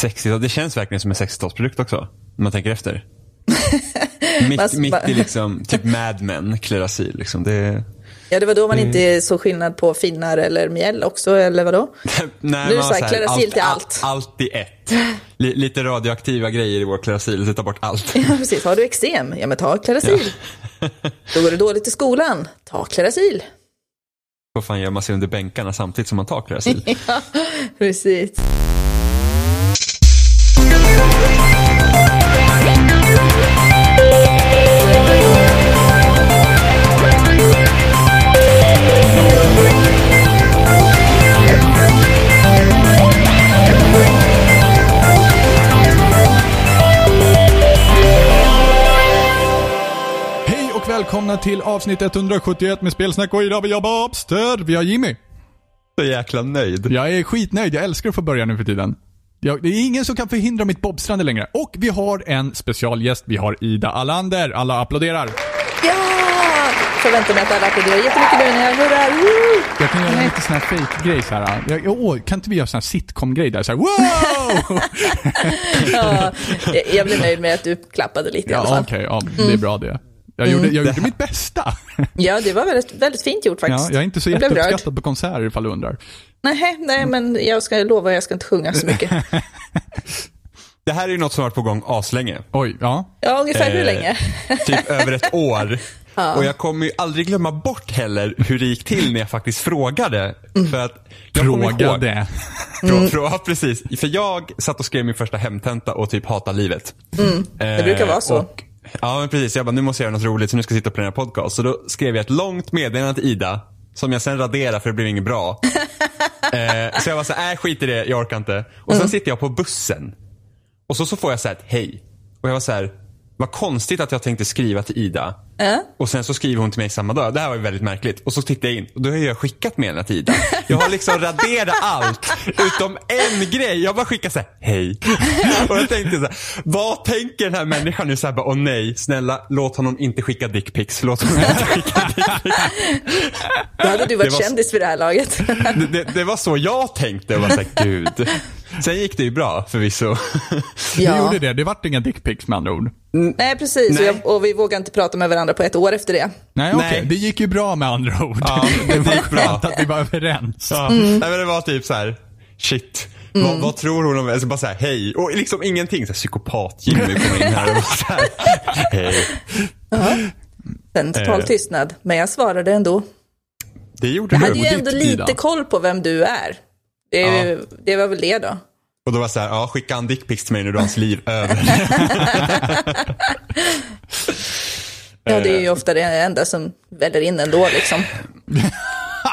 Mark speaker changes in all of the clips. Speaker 1: 60 Det känns verkligen som en 60-talsprodukt också. Om man tänker efter. mitt,
Speaker 2: Fast
Speaker 1: mitt
Speaker 2: bara-
Speaker 1: i liksom, typ Mad Men, Klerasil. Liksom. Det,
Speaker 2: Ja, det var då man
Speaker 3: Mm.
Speaker 2: inte såg skillnad på finnar eller mjäll också, eller vadå?
Speaker 1: Nej,
Speaker 2: Nu är
Speaker 1: man
Speaker 2: det
Speaker 1: har
Speaker 2: så här,
Speaker 1: så här,
Speaker 2: Clarasil till allt.
Speaker 1: Allt i ett. Li- lite radioaktiva grejer i vår Clarasil, så ta bort allt.
Speaker 2: Ja, precis. Har du eksem? Ja, men ta Clarasil. Då går det dåligt i skolan. Ta Clarasil.
Speaker 1: Vad fan gör man sig under bänkarna samtidigt som man tar Clarasil?
Speaker 2: Precis.
Speaker 3: Hej och välkomna till avsnitt 171 med Spelsnack och idag har vi jag Babster, vi har Jimmy.
Speaker 1: Så jäkla nöjd.
Speaker 3: Jag är skitnöjd, jag älskar att få börja nu för tiden. Jag, det är ingen som kan förhindra mitt bobstrande längre. Och vi har en specialgäst, vi har Ida Allander. Alla applåderar.
Speaker 2: Ja! Förväntar mig att alla applåderar jättemycket nu när jag hurrar. Woo!
Speaker 3: Jag kan göra lite sån här fake-grej så här. Jag, åh, kan inte vi göra sån här sitcom-grej där? Så här, wow!
Speaker 2: Ja, jag- jag blev nöjd med att du klappade lite i alla
Speaker 3: ja,
Speaker 2: fall.
Speaker 3: okej, ja,
Speaker 2: Mm.
Speaker 3: det är bra det. Jag gjorde, jag gjorde mitt bästa.
Speaker 2: Ja, det var väldigt, väldigt fint gjort faktiskt.
Speaker 3: Ja, jag är inte så
Speaker 2: jag blev rörd.
Speaker 3: jätteuppskattad på konserter ifall du undrar.
Speaker 2: Nej, nej, men jag ska lova, jag ska inte sjunga så mycket.
Speaker 1: Det här är ju något som har varit på gång aslänge.
Speaker 3: Oj, ja.
Speaker 2: Ja, ungefär hur
Speaker 1: Eh,
Speaker 2: länge?
Speaker 1: Typ över ett år. Och jag kommer ju aldrig glömma bort heller hur det gick till när jag faktiskt frågade.
Speaker 2: Mm.
Speaker 1: För att jag kommer ihåg-
Speaker 3: Frågade.
Speaker 1: Frå, frå, precis. För jag satt och skrev min första hemtenta och typ hatade livet.
Speaker 2: Mm.
Speaker 1: Eh,
Speaker 2: Det brukar vara så.
Speaker 1: Och, ja, men precis. Jag bara, nu måste jag göra något roligt så nu ska jag sitta och planera podcast. Så då skrev jag ett långt meddelande till Ida, som jag sen raderade för det blev inget bra. eh, så jag var så här, äh, skit i det, jag orkar inte. Och sen
Speaker 2: Mm.
Speaker 1: sitter jag på bussen. Och så, så får jag så här ett hej. Och jag var så här, vad konstigt att jag tänkte skriva till Ida. Och sen så skriver hon till mig samma dag. Det här var ju väldigt märkligt. Och så tittar jag in och då har jag skickat meddelandet till Ida. Jag har liksom raderat allt utom en grej. Jag bara skickar så här, hej. Och jag tänkte så här, vad tänker den här människan nu? Så här bara, åh nej, snälla låt honom inte skicka dickpics. Låt honom inte skicka dickpics.
Speaker 2: Då hade du
Speaker 1: det
Speaker 2: varit
Speaker 1: var-
Speaker 2: kändis vid det här laget.
Speaker 1: Det, det, det var så jag tänkte. Jag var så här, gud. Sen gick det ju bra förvisso.
Speaker 3: Du
Speaker 2: Ja.
Speaker 3: gjorde det, det vart inga dickpics med andra ord.
Speaker 2: Nej, precis.
Speaker 1: Nej.
Speaker 2: Och, jag, och vi vågade inte prata med varandra på ett år efter det.
Speaker 3: Nej, okej.
Speaker 1: Nej.
Speaker 3: Det gick ju bra med andra ord.
Speaker 1: Ja,
Speaker 3: det var
Speaker 1: det gick bra.
Speaker 3: skönt att vi var överens.
Speaker 1: Ja.
Speaker 2: Mm.
Speaker 1: Nej, men det var typ så här. Shit. Vad, vad tror hon om mig? Alltså bara så här, hej. Och liksom ingenting. Så här, psykopat Jimmy kom in här och bara så här, hej.
Speaker 2: Sen total
Speaker 1: Eh.
Speaker 2: tystnad. Men jag svarade ändå.
Speaker 1: Det gjorde
Speaker 2: Jag
Speaker 1: du.
Speaker 2: hade ju
Speaker 3: ditt,
Speaker 2: ändå lite
Speaker 3: Ida?
Speaker 2: koll på vem du är. Det, är ju- det var väl det då.
Speaker 1: Och då var jag så här, ja skicka en dickpics till mig nu då är hans liv över.
Speaker 2: Ja, det är
Speaker 1: Eh.
Speaker 2: ju ofta det enda som väller in ändå liksom.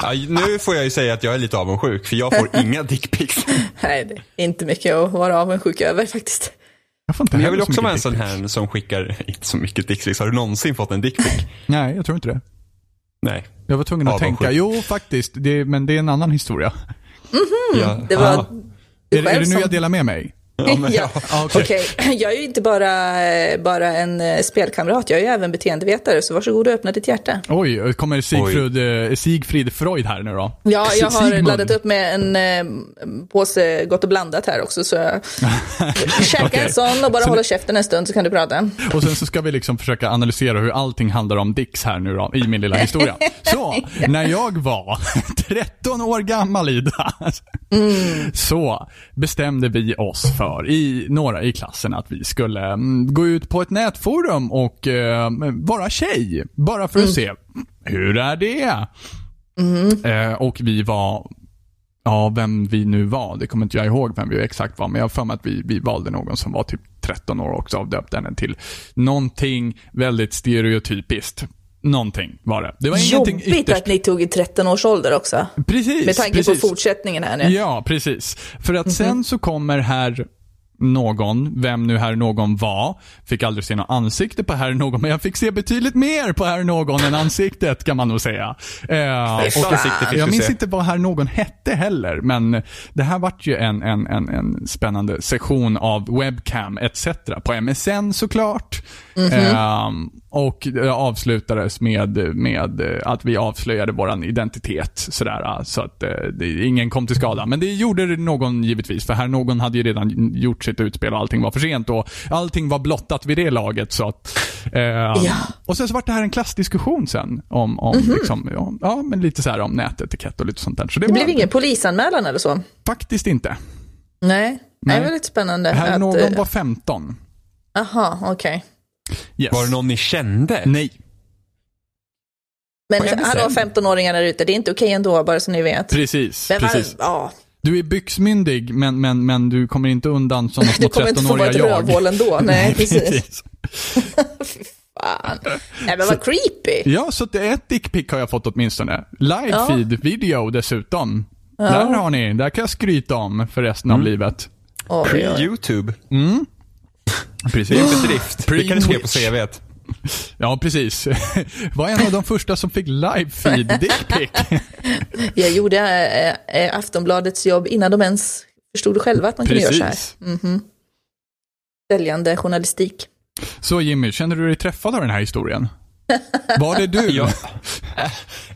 Speaker 1: Ja, nu får jag ju säga att jag är lite avundsjuk för jag får inga dickpics.
Speaker 2: Nej, det är inte mycket att vara avundsjuk över faktiskt.
Speaker 3: Jag, får inte
Speaker 1: Men jag
Speaker 3: heller
Speaker 1: vill också
Speaker 3: så mycket
Speaker 1: vara en
Speaker 3: dick
Speaker 1: sån
Speaker 3: pics.
Speaker 1: här som skickar, inte så mycket dickpics. Har du någonsin fått en dickpic?
Speaker 3: Nej, jag tror inte det.
Speaker 1: Nej.
Speaker 3: Jag var tvungen att
Speaker 1: Avundsjuk.
Speaker 3: tänka. Jo, faktiskt. Det, men det är en annan historia.
Speaker 1: Ja.
Speaker 2: Det var
Speaker 1: Ah.
Speaker 2: du
Speaker 3: Är, det- är
Speaker 2: själv
Speaker 3: det nu
Speaker 2: som-
Speaker 3: jag delar med mig?
Speaker 1: Ja, men, ja.
Speaker 2: ja.
Speaker 3: okej.
Speaker 2: Okej, jag är ju inte bara, eh, bara en eh, spelkamrat, jag är ju även beteendevetare, så varsågod och öppna ditt hjärta.
Speaker 3: Oj, kommer Sigfrid, eh, Sigfrid Freud här nu då?
Speaker 2: Ja, jag har
Speaker 3: Sigmund.
Speaker 2: laddat upp med en eh, påse Gott och blandat här också, så jag käka en
Speaker 3: Okej.
Speaker 2: sån och bara hålla käften en stund så kan du prata.
Speaker 3: Och sen så ska vi liksom försöka analysera hur allting handlar om Dicks här nu då, i min lilla historia. Så, när jag var 13 år gammal Ida, så bestämde vi oss för, i några i klassen, att vi skulle mm, gå ut på ett nätforum och eh, vara tjej. Bara för att
Speaker 2: Mm.
Speaker 3: se, hur är det?
Speaker 2: Mm-hmm.
Speaker 3: Eh, och vi var Ja, vem vi nu var. Det kommer inte jag ihåg vem vi exakt var, men jag har för mig att vi, vi valde någon som var typ 13 år också och döpte henne till någonting väldigt stereotypiskt. Någonting var det. Det var ingenting
Speaker 2: Jobbigt
Speaker 3: ytterst...
Speaker 2: att ni tog i 13 års ålder också,
Speaker 3: Precis,
Speaker 2: med tanke
Speaker 3: precis.
Speaker 2: på fortsättningen här nu.
Speaker 3: Ja, precis. För att sen så kommer herr någon, vem nu herr någon var. Fick aldrig se något ansikte på herr någon, men jag fick se betydligt mer på herr någon än ansiktet kan man nog säga. Eh,
Speaker 1: Första ansiktet fick
Speaker 3: jag
Speaker 1: du
Speaker 3: minns
Speaker 1: se.
Speaker 3: inte vad herr någon hette heller, men det här vart ju en, en, en, en spännande session av webcam etc. på MSN såklart. Ehm, och det avslutades med, med eh, att vi avslöjade vår identitet. Sådär, ah, så att eh, det, ingen kom till skada. Men det gjorde det någon givetvis, för här någon hade ju redan gjort sitt utspel och allting var för sent. Och allting var blottat vid det laget. Så att, ehm, Och sen så vart det här en klassdiskussion sen. Om, om, liksom, ja, ja, men lite så här om nätetikett och lite sånt där. Så det,
Speaker 2: Mhm. Det
Speaker 3: var
Speaker 2: blev ingen polisanmälan eller så?
Speaker 3: faktiskt inte.
Speaker 2: Nej, det var lite spännande.
Speaker 3: Här
Speaker 2: att,
Speaker 3: någon
Speaker 2: eh,
Speaker 3: var 15.
Speaker 2: Aha, okej.
Speaker 3: Yes.
Speaker 1: Var det någon ni kände?
Speaker 3: Nej.
Speaker 2: Men
Speaker 1: På MSN?
Speaker 2: hallå 15-åringar där ute, det är inte okej ändå, bara så ni vet.
Speaker 3: Precis.
Speaker 2: Men var-
Speaker 3: precis.
Speaker 2: Ja,
Speaker 3: Du är byxmyndig, men, men, men du kommer inte undan som de små
Speaker 2: du kommer inte få vara
Speaker 3: 13-åriga
Speaker 2: ett
Speaker 3: jag.
Speaker 2: rövhål ändå. Nej, precis.
Speaker 3: Precis.
Speaker 2: Fan. Nej, men vad creepy.
Speaker 3: Ja, så det är ett dickpic har jag fått åtminstone. Live feed video dessutom. Där har ni, där kan jag skryta om för resten
Speaker 1: Mm.
Speaker 3: av livet.
Speaker 2: Oj, oj, oj.
Speaker 1: Pre-YouTube. Det är
Speaker 3: Precis.
Speaker 1: en bedrift. Det kan du skriva på CVt.
Speaker 3: Ja, precis. Var en av de första som fick live feed dickpic.
Speaker 2: Jag gjorde eh, eh, Aftonbladets jobb innan de ens förstod själva att man kunde göra så här. Mm.
Speaker 3: Precis.
Speaker 2: Säljande journalistik.
Speaker 3: Så Jimmy, känner du dig träffad av den här historien? Var det du?
Speaker 1: Jag,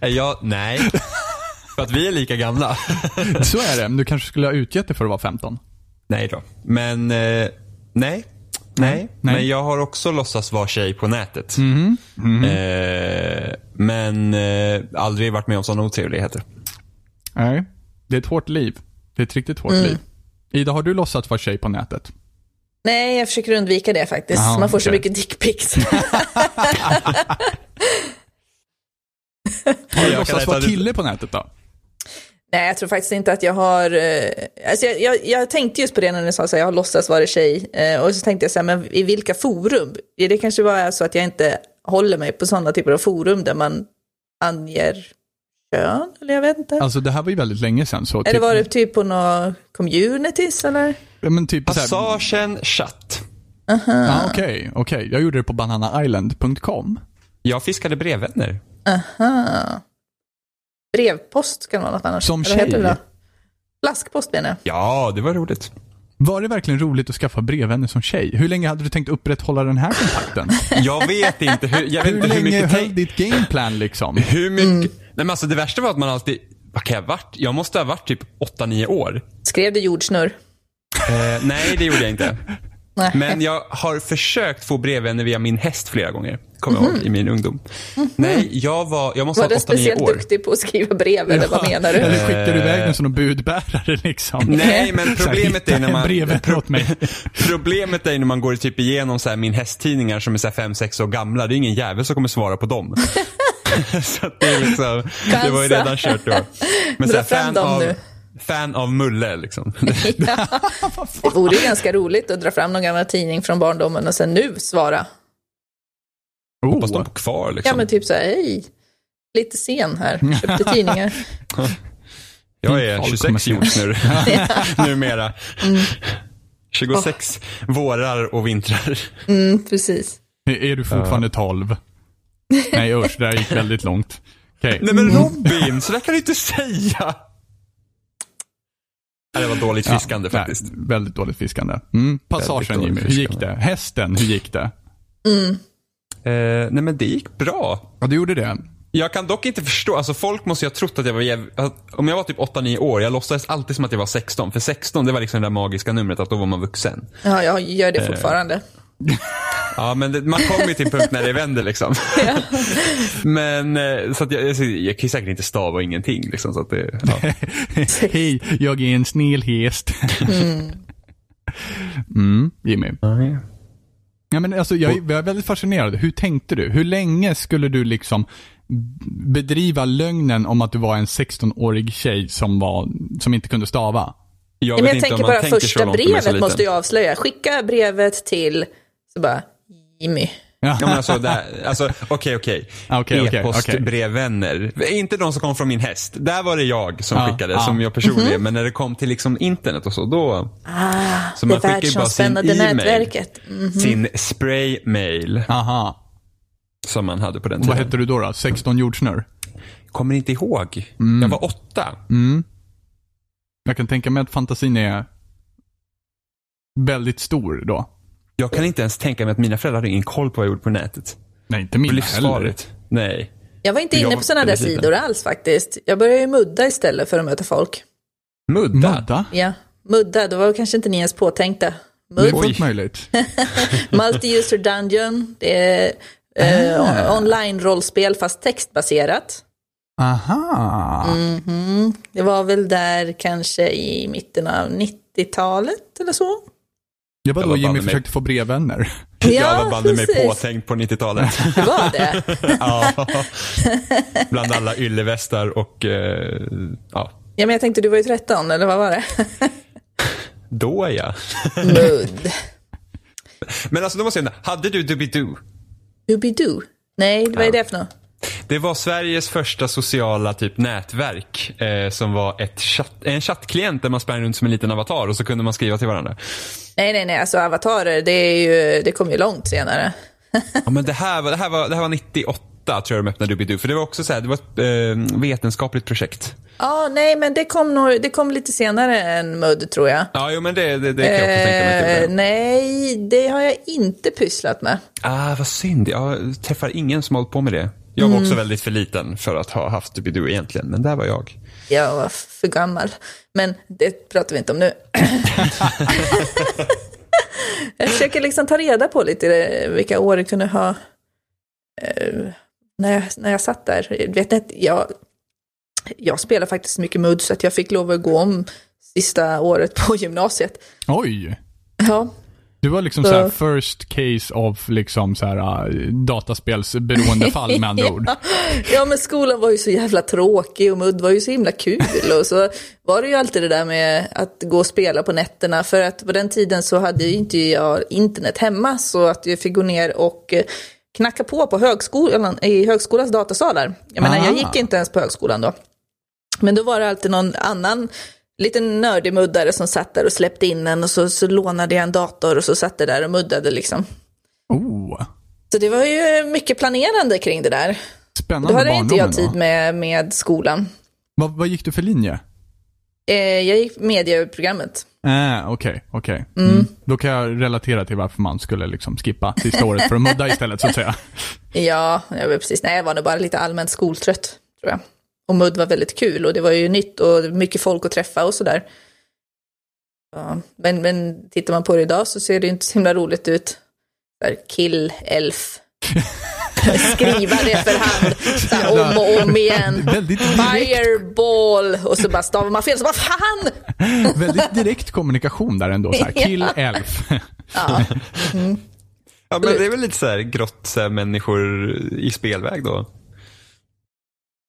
Speaker 1: äh, jag, nej. För att vi är lika gamla.
Speaker 3: Så är det. Du kanske skulle ha utgett dig för att vara 15.
Speaker 1: Nej då. Men, eh, nej. Nej. Men jag har också låtsats vara tjej på nätet.
Speaker 3: Mm-hmm.
Speaker 1: Eh, men eh, aldrig varit med om sådana otrevligheter.
Speaker 3: Nej. Det är ett hårt liv. Det är ett riktigt hårt
Speaker 2: Mm.
Speaker 3: liv. Ida, har du låtsats vara tjej på nätet?
Speaker 2: Nej, jag försöker undvika det faktiskt.
Speaker 3: Jaha,
Speaker 2: Man får så
Speaker 3: okej.
Speaker 2: mycket dickpics.
Speaker 3: Har du
Speaker 1: Jag kan
Speaker 3: låtsats
Speaker 1: äta
Speaker 3: vara
Speaker 1: det.
Speaker 3: kille på nätet då?
Speaker 2: Nej, jag tror faktiskt inte att jag har... eh, Alltså jag, jag, jag tänkte just på det när ni sa att jag har låtsats vara tjej. eh, Och så tänkte jag så här, men i vilka forum? Det kanske bara är så att jag inte håller mig på sådana typer av forum där man anger kön, eller jag vet inte.
Speaker 3: Alltså det här var ju väldigt länge sedan. Så
Speaker 2: eller
Speaker 3: typ,
Speaker 2: var det typ på några communities eller?
Speaker 3: Ja, Men typ så här,
Speaker 1: Passagen chatt.
Speaker 3: ah, okej, okej. Jag gjorde det på bananaisland.com.
Speaker 1: Jag fiskade brevvänner.
Speaker 2: Brevpost kan vara något annars.
Speaker 3: Som
Speaker 2: Eller vad heter
Speaker 3: tjej?
Speaker 2: det då? Flaskpost menar jag.
Speaker 1: Ja, det var roligt.
Speaker 3: Var det verkligen roligt att skaffa brevvänner som tjej? Hur länge hade du tänkt upprätthålla den här kontakten?
Speaker 1: Jag vet inte hur, jag vet
Speaker 3: Hur
Speaker 1: inte hur
Speaker 3: länge
Speaker 1: mycket
Speaker 3: höll
Speaker 1: tänk,
Speaker 3: ditt gameplan liksom?
Speaker 1: hur mycket, nej men alltså det värsta var att man alltid, vad kan jag ha varit? Jag måste ha varit typ 8-9 år.
Speaker 2: Skrev du jordsnurr?
Speaker 1: Eh, nej, det gjorde jag inte.
Speaker 2: Nej.
Speaker 1: Men jag har försökt få brevvänner via min häst flera gånger. Kommer jag ihåg, i min ungdom. Nej, jag var, jag måste ha
Speaker 2: Mhm. Var du
Speaker 1: varit 8-9
Speaker 2: speciellt
Speaker 1: år.
Speaker 2: duktig på att skriva brev eller vad menar du?
Speaker 3: Eller skickade du iväg den som en budbärare liksom?
Speaker 1: Eh. Nej, men
Speaker 3: Så här,
Speaker 1: problemet
Speaker 3: hitta
Speaker 1: är när
Speaker 3: en
Speaker 1: man...
Speaker 3: brevvän åt mig.
Speaker 1: Problemet är när man går typ igenom så här min hästtidningar som är 5-6 år gamla. Det är ingen jävel som kommer svara på dem. så att det, är liksom, det var ju
Speaker 2: Chansa.
Speaker 1: redan kört då. Men så
Speaker 2: Dra
Speaker 1: här,
Speaker 2: fram
Speaker 1: fan,
Speaker 2: dem
Speaker 1: av,
Speaker 2: nu.
Speaker 1: fan av Mulle liksom.
Speaker 2: Det vore ju ganska roligt att dra fram någon gammal tidning från barndomen och sen nu svara.
Speaker 1: Hoppas de
Speaker 3: Oh.
Speaker 1: bor kvar
Speaker 2: Ja
Speaker 1: liksom.
Speaker 2: men typ så här, hej, lite sen här, köpte tidningar.
Speaker 1: jag är
Speaker 3: Folk kommer
Speaker 1: 26
Speaker 3: se.
Speaker 1: jordsnurr numera. 26 vårar och vintrar.
Speaker 2: Mm, precis.
Speaker 3: Är är du fortfarande 12? Nej usch, det här gick väldigt långt. Okej.
Speaker 1: Nej men Robin, så där kan du inte säga. Ja, Det var dåligt fiskande
Speaker 3: Ja,
Speaker 1: faktiskt.
Speaker 3: nej, väldigt dåligt fiskande. Mm. Passagen
Speaker 1: dåligt
Speaker 3: Jimmy, hur gick
Speaker 1: fiskande.
Speaker 3: det? Hästen, hur gick det?
Speaker 1: Eh, nej men det gick bra.
Speaker 3: Ja, du gjorde det.
Speaker 1: Jag kan dock inte förstå, alltså folk måste ju ha trott att jag var jäv... att Om jag var typ 8-9 år, jag låtsades alltid som att jag var 16. För 16 det var liksom det där magiska numret att då var man vuxen.
Speaker 2: Ja, jag gör
Speaker 1: Eh,
Speaker 2: det fortfarande.
Speaker 1: Ja men det, man kommer ju till en punkt när det vänder liksom. men eh, så att jag, alltså, jag kan ju säkert inte stava och ingenting liksom. Så att det, ja.
Speaker 3: Hej, jag är en snäll häst. Mm, Jimmy. Ja, men alltså, jag, är, jag är väldigt fascinerad. Hur tänkte du? Hur länge skulle du liksom bedriva lögnen om att du var en 16-årig tjej som, var, som inte kunde stava?
Speaker 1: Jag vet
Speaker 2: Ja, men jag
Speaker 1: inte om
Speaker 2: tänker
Speaker 1: man
Speaker 2: bara
Speaker 1: tänker så
Speaker 2: första
Speaker 1: långt när man är så
Speaker 2: brevet måste
Speaker 1: liten.
Speaker 2: jag avslöja. Skicka brevet till, så bara, Jimmy.
Speaker 1: Ja, men alltså, det här, alltså, okej, okej.
Speaker 3: Ah, okej, okej,
Speaker 1: E-postbrevvänner. Inte de som kom från min häst. Där var det jag som
Speaker 3: Ja,
Speaker 1: skickade,
Speaker 3: ja.
Speaker 1: som jag personligen. Men när det kom till liksom internet och så, då...
Speaker 2: Mhm. Ah,
Speaker 1: Så man
Speaker 2: det
Speaker 1: skickar ju bara sin
Speaker 2: världsomspännande Mhm.
Speaker 1: e-mail.
Speaker 2: nätverket.
Speaker 1: Sin spraymail
Speaker 3: Aha.
Speaker 1: som man hade på den
Speaker 3: Vad
Speaker 1: tiden.
Speaker 3: hette du då? då? 16 jordsnurr?
Speaker 1: Kommer inte ihåg. Jag var åtta.
Speaker 3: Jag kan tänka mig att fantasin är väldigt stor då.
Speaker 1: Jag kan inte ens tänka mig att mina föräldrar hade ingen koll på vad jag gjorde på nätet.
Speaker 3: Nej, inte min heller.
Speaker 1: Livsfarligt. Nej.
Speaker 2: Jag var inte
Speaker 1: Jag
Speaker 2: inne
Speaker 1: var
Speaker 2: på sådana där
Speaker 1: väldigt liten.
Speaker 2: sidor alls faktiskt. Jag började ju mudda istället för att möta folk.
Speaker 1: Mudda.
Speaker 3: Mudda?
Speaker 2: Ja, mudda, då var kanske inte ni ens påtänkta.
Speaker 3: Det är
Speaker 2: Mudd,
Speaker 3: fullt möjligt.
Speaker 2: multi-user dungeon, det är
Speaker 1: Ah.
Speaker 2: eh, online-rollspel fast textbaserat.
Speaker 3: Aha.
Speaker 2: Det var väl där kanske i mitten av 90-talet eller så.
Speaker 3: Det var
Speaker 1: Jag
Speaker 3: då
Speaker 1: var
Speaker 3: Jimmy
Speaker 1: banne mig.
Speaker 3: försökte få brevvänner.
Speaker 1: jag var banne mig
Speaker 2: precis.
Speaker 1: påtänkt på 90-talet.
Speaker 2: Det var det.
Speaker 1: ja. Bland alla yllevästar och eh, ja,
Speaker 2: Ja, men jag tänkte du var ju 13, eller vad var det?
Speaker 1: då är jag.
Speaker 2: Mudd.
Speaker 1: Men alltså då måste jag undra, hade du Doobidoo?
Speaker 2: Doobidoo? Nej, vad är det för något?
Speaker 1: Det var Sveriges första sociala typ nätverk eh, som var ett chatt, en chattklient där man sprang runt som en liten avatar och så kunde man skriva till varandra.
Speaker 2: Nej, nej, nej, alltså avatarer, det, är ju, det kom ju långt senare.
Speaker 1: Ja, men det, här var, det, här var, det här var 98 tror jag de öppnade Doobidoo för det var också så här, det var ett eh, vetenskapligt projekt.
Speaker 2: Ja, nej, men det kom, nog, det kom lite senare än Mudd, tror jag.
Speaker 1: Ja, jo men det, det, det kan jag också tänka mig. att det
Speaker 2: Eh,
Speaker 1: blev.
Speaker 2: nej, det har jag inte pysslat med.
Speaker 1: Ah, vad synd. Jag träffar ingen som har hållit på med det. Jag var också väldigt för liten för att ha haft Doobidoo egentligen, men där var jag.
Speaker 2: Jag var för gammal. Men det pratar vi inte om nu. jag försöker liksom ta reda på lite eh, vilka år det kunde ha... eh, När jag, när jag satt där. Vet ni, att jag, jag spelade faktiskt mycket mudd så att jag fick lov att gå om sista året på gymnasiet.
Speaker 3: Oj.
Speaker 2: Ja,
Speaker 3: Du var liksom så här first case of liksom så här uh, dataspelsberoendefall med andra ord.
Speaker 2: Ja, men skolan var ju så jävla tråkig och mudd var ju så himla kul. Och så var det ju alltid det där med att gå och spela på nätterna. För att på den tiden så hade ju inte jag internet hemma. Så att jag fick gå ner och eh, knacka på på högskolan, i högskolans datasalar. Jag menar,
Speaker 3: Ah.
Speaker 2: jag gick inte ens på högskolan då. Men då var det alltid någon annan liten nördig muddare som satt där och släppte in en. Och så, så lånade jag en dator och så satt det där och muddade liksom.
Speaker 3: Oh.
Speaker 2: Så det var ju mycket planerande kring det där.
Speaker 3: Spännande
Speaker 2: Då hade inte jag
Speaker 3: barndomen,
Speaker 2: tid
Speaker 3: va?
Speaker 2: med, med skolan.
Speaker 3: Vad, vad gick du för linje?
Speaker 2: Eh, jag gick medieprogrammet.
Speaker 3: Äh, Okej, okej. Mm. Då kan jag relatera till varför man skulle liksom skippa sista året för att mudda istället så att säga.
Speaker 2: Ja, jag var precis. Nej, jag var nog bara lite allmänt skoltrött, tror jag. Och mudd var väldigt kul och det var ju nytt och mycket folk att träffa och sådär. Ja, men, men tittar man på det idag så ser det ju inte så himla roligt ut. Där, kill, elf. Skriva det för hand, så här, om och om igen.
Speaker 3: Väldigt direkt,
Speaker 2: Fireball, och så bara stavar man fel, så bara fan!
Speaker 3: väldigt direkt kommunikation där ändå. Så här, kill elf.
Speaker 1: Ja, men det är väl lite så här grått så här, människor i spelväg då.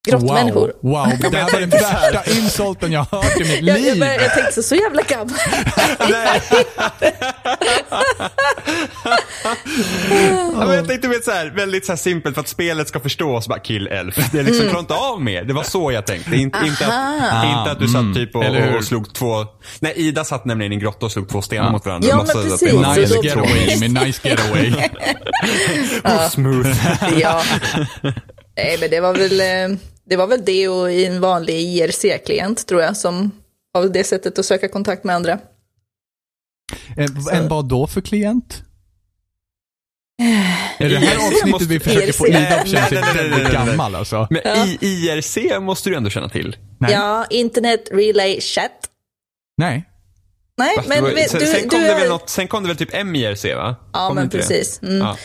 Speaker 2: Grottmänniskor.
Speaker 3: Wow, wow. det här var den värsta insulten jag har hört i mitt
Speaker 2: Jag, jag,
Speaker 3: liv.
Speaker 2: började, jag tänkte så, så jävla gammal.
Speaker 1: Nej. ja, men jag tänkte med så här, väldigt så här simpelt för att spelet ska förstås, bara kill elf. Det är
Speaker 2: Mm.
Speaker 1: liksom, klara inte av mer. Det var så jag tänkte. Inte, inte, att, inte att du satt typ och,
Speaker 3: Mm. Eller hur?
Speaker 1: och slog två, nej Ida satt nämligen i en grotta och slog två stenar mot varandra.
Speaker 2: Ja,
Speaker 1: Man
Speaker 2: men
Speaker 1: sa att det
Speaker 2: precis.
Speaker 1: var en
Speaker 3: Nice
Speaker 2: Så då-
Speaker 3: getaway Jimmy, nice getaway.
Speaker 1: Oh, smooth.
Speaker 2: Ja. Nej, men det var väl eh, det, var väl det och i en vanlig IRC-klient tror jag som av det sättet att söka kontakt med andra.
Speaker 3: En- En vad då för klient? Är det här
Speaker 1: Jag
Speaker 3: avsnittet
Speaker 1: Eh, måste-
Speaker 3: vi försöker få
Speaker 2: Nej,
Speaker 3: Ida att känna sig
Speaker 1: nej, nej, nej,
Speaker 3: väldigt
Speaker 1: nej, nej.
Speaker 3: gammal alltså?
Speaker 1: Men i IRC måste du ändå känna till.
Speaker 3: Nej.
Speaker 2: Ja, internet relay chat.
Speaker 3: Nej.
Speaker 2: Nej,
Speaker 1: Fast det
Speaker 2: men
Speaker 1: var,
Speaker 2: vi-
Speaker 1: sen,
Speaker 2: du,
Speaker 1: sen, kom
Speaker 2: du,
Speaker 1: det väl något, sen kom det väl typ MIRC va?
Speaker 2: Ja,
Speaker 1: Kom
Speaker 2: men
Speaker 1: inte det?
Speaker 2: precis. Mm.
Speaker 1: Ja.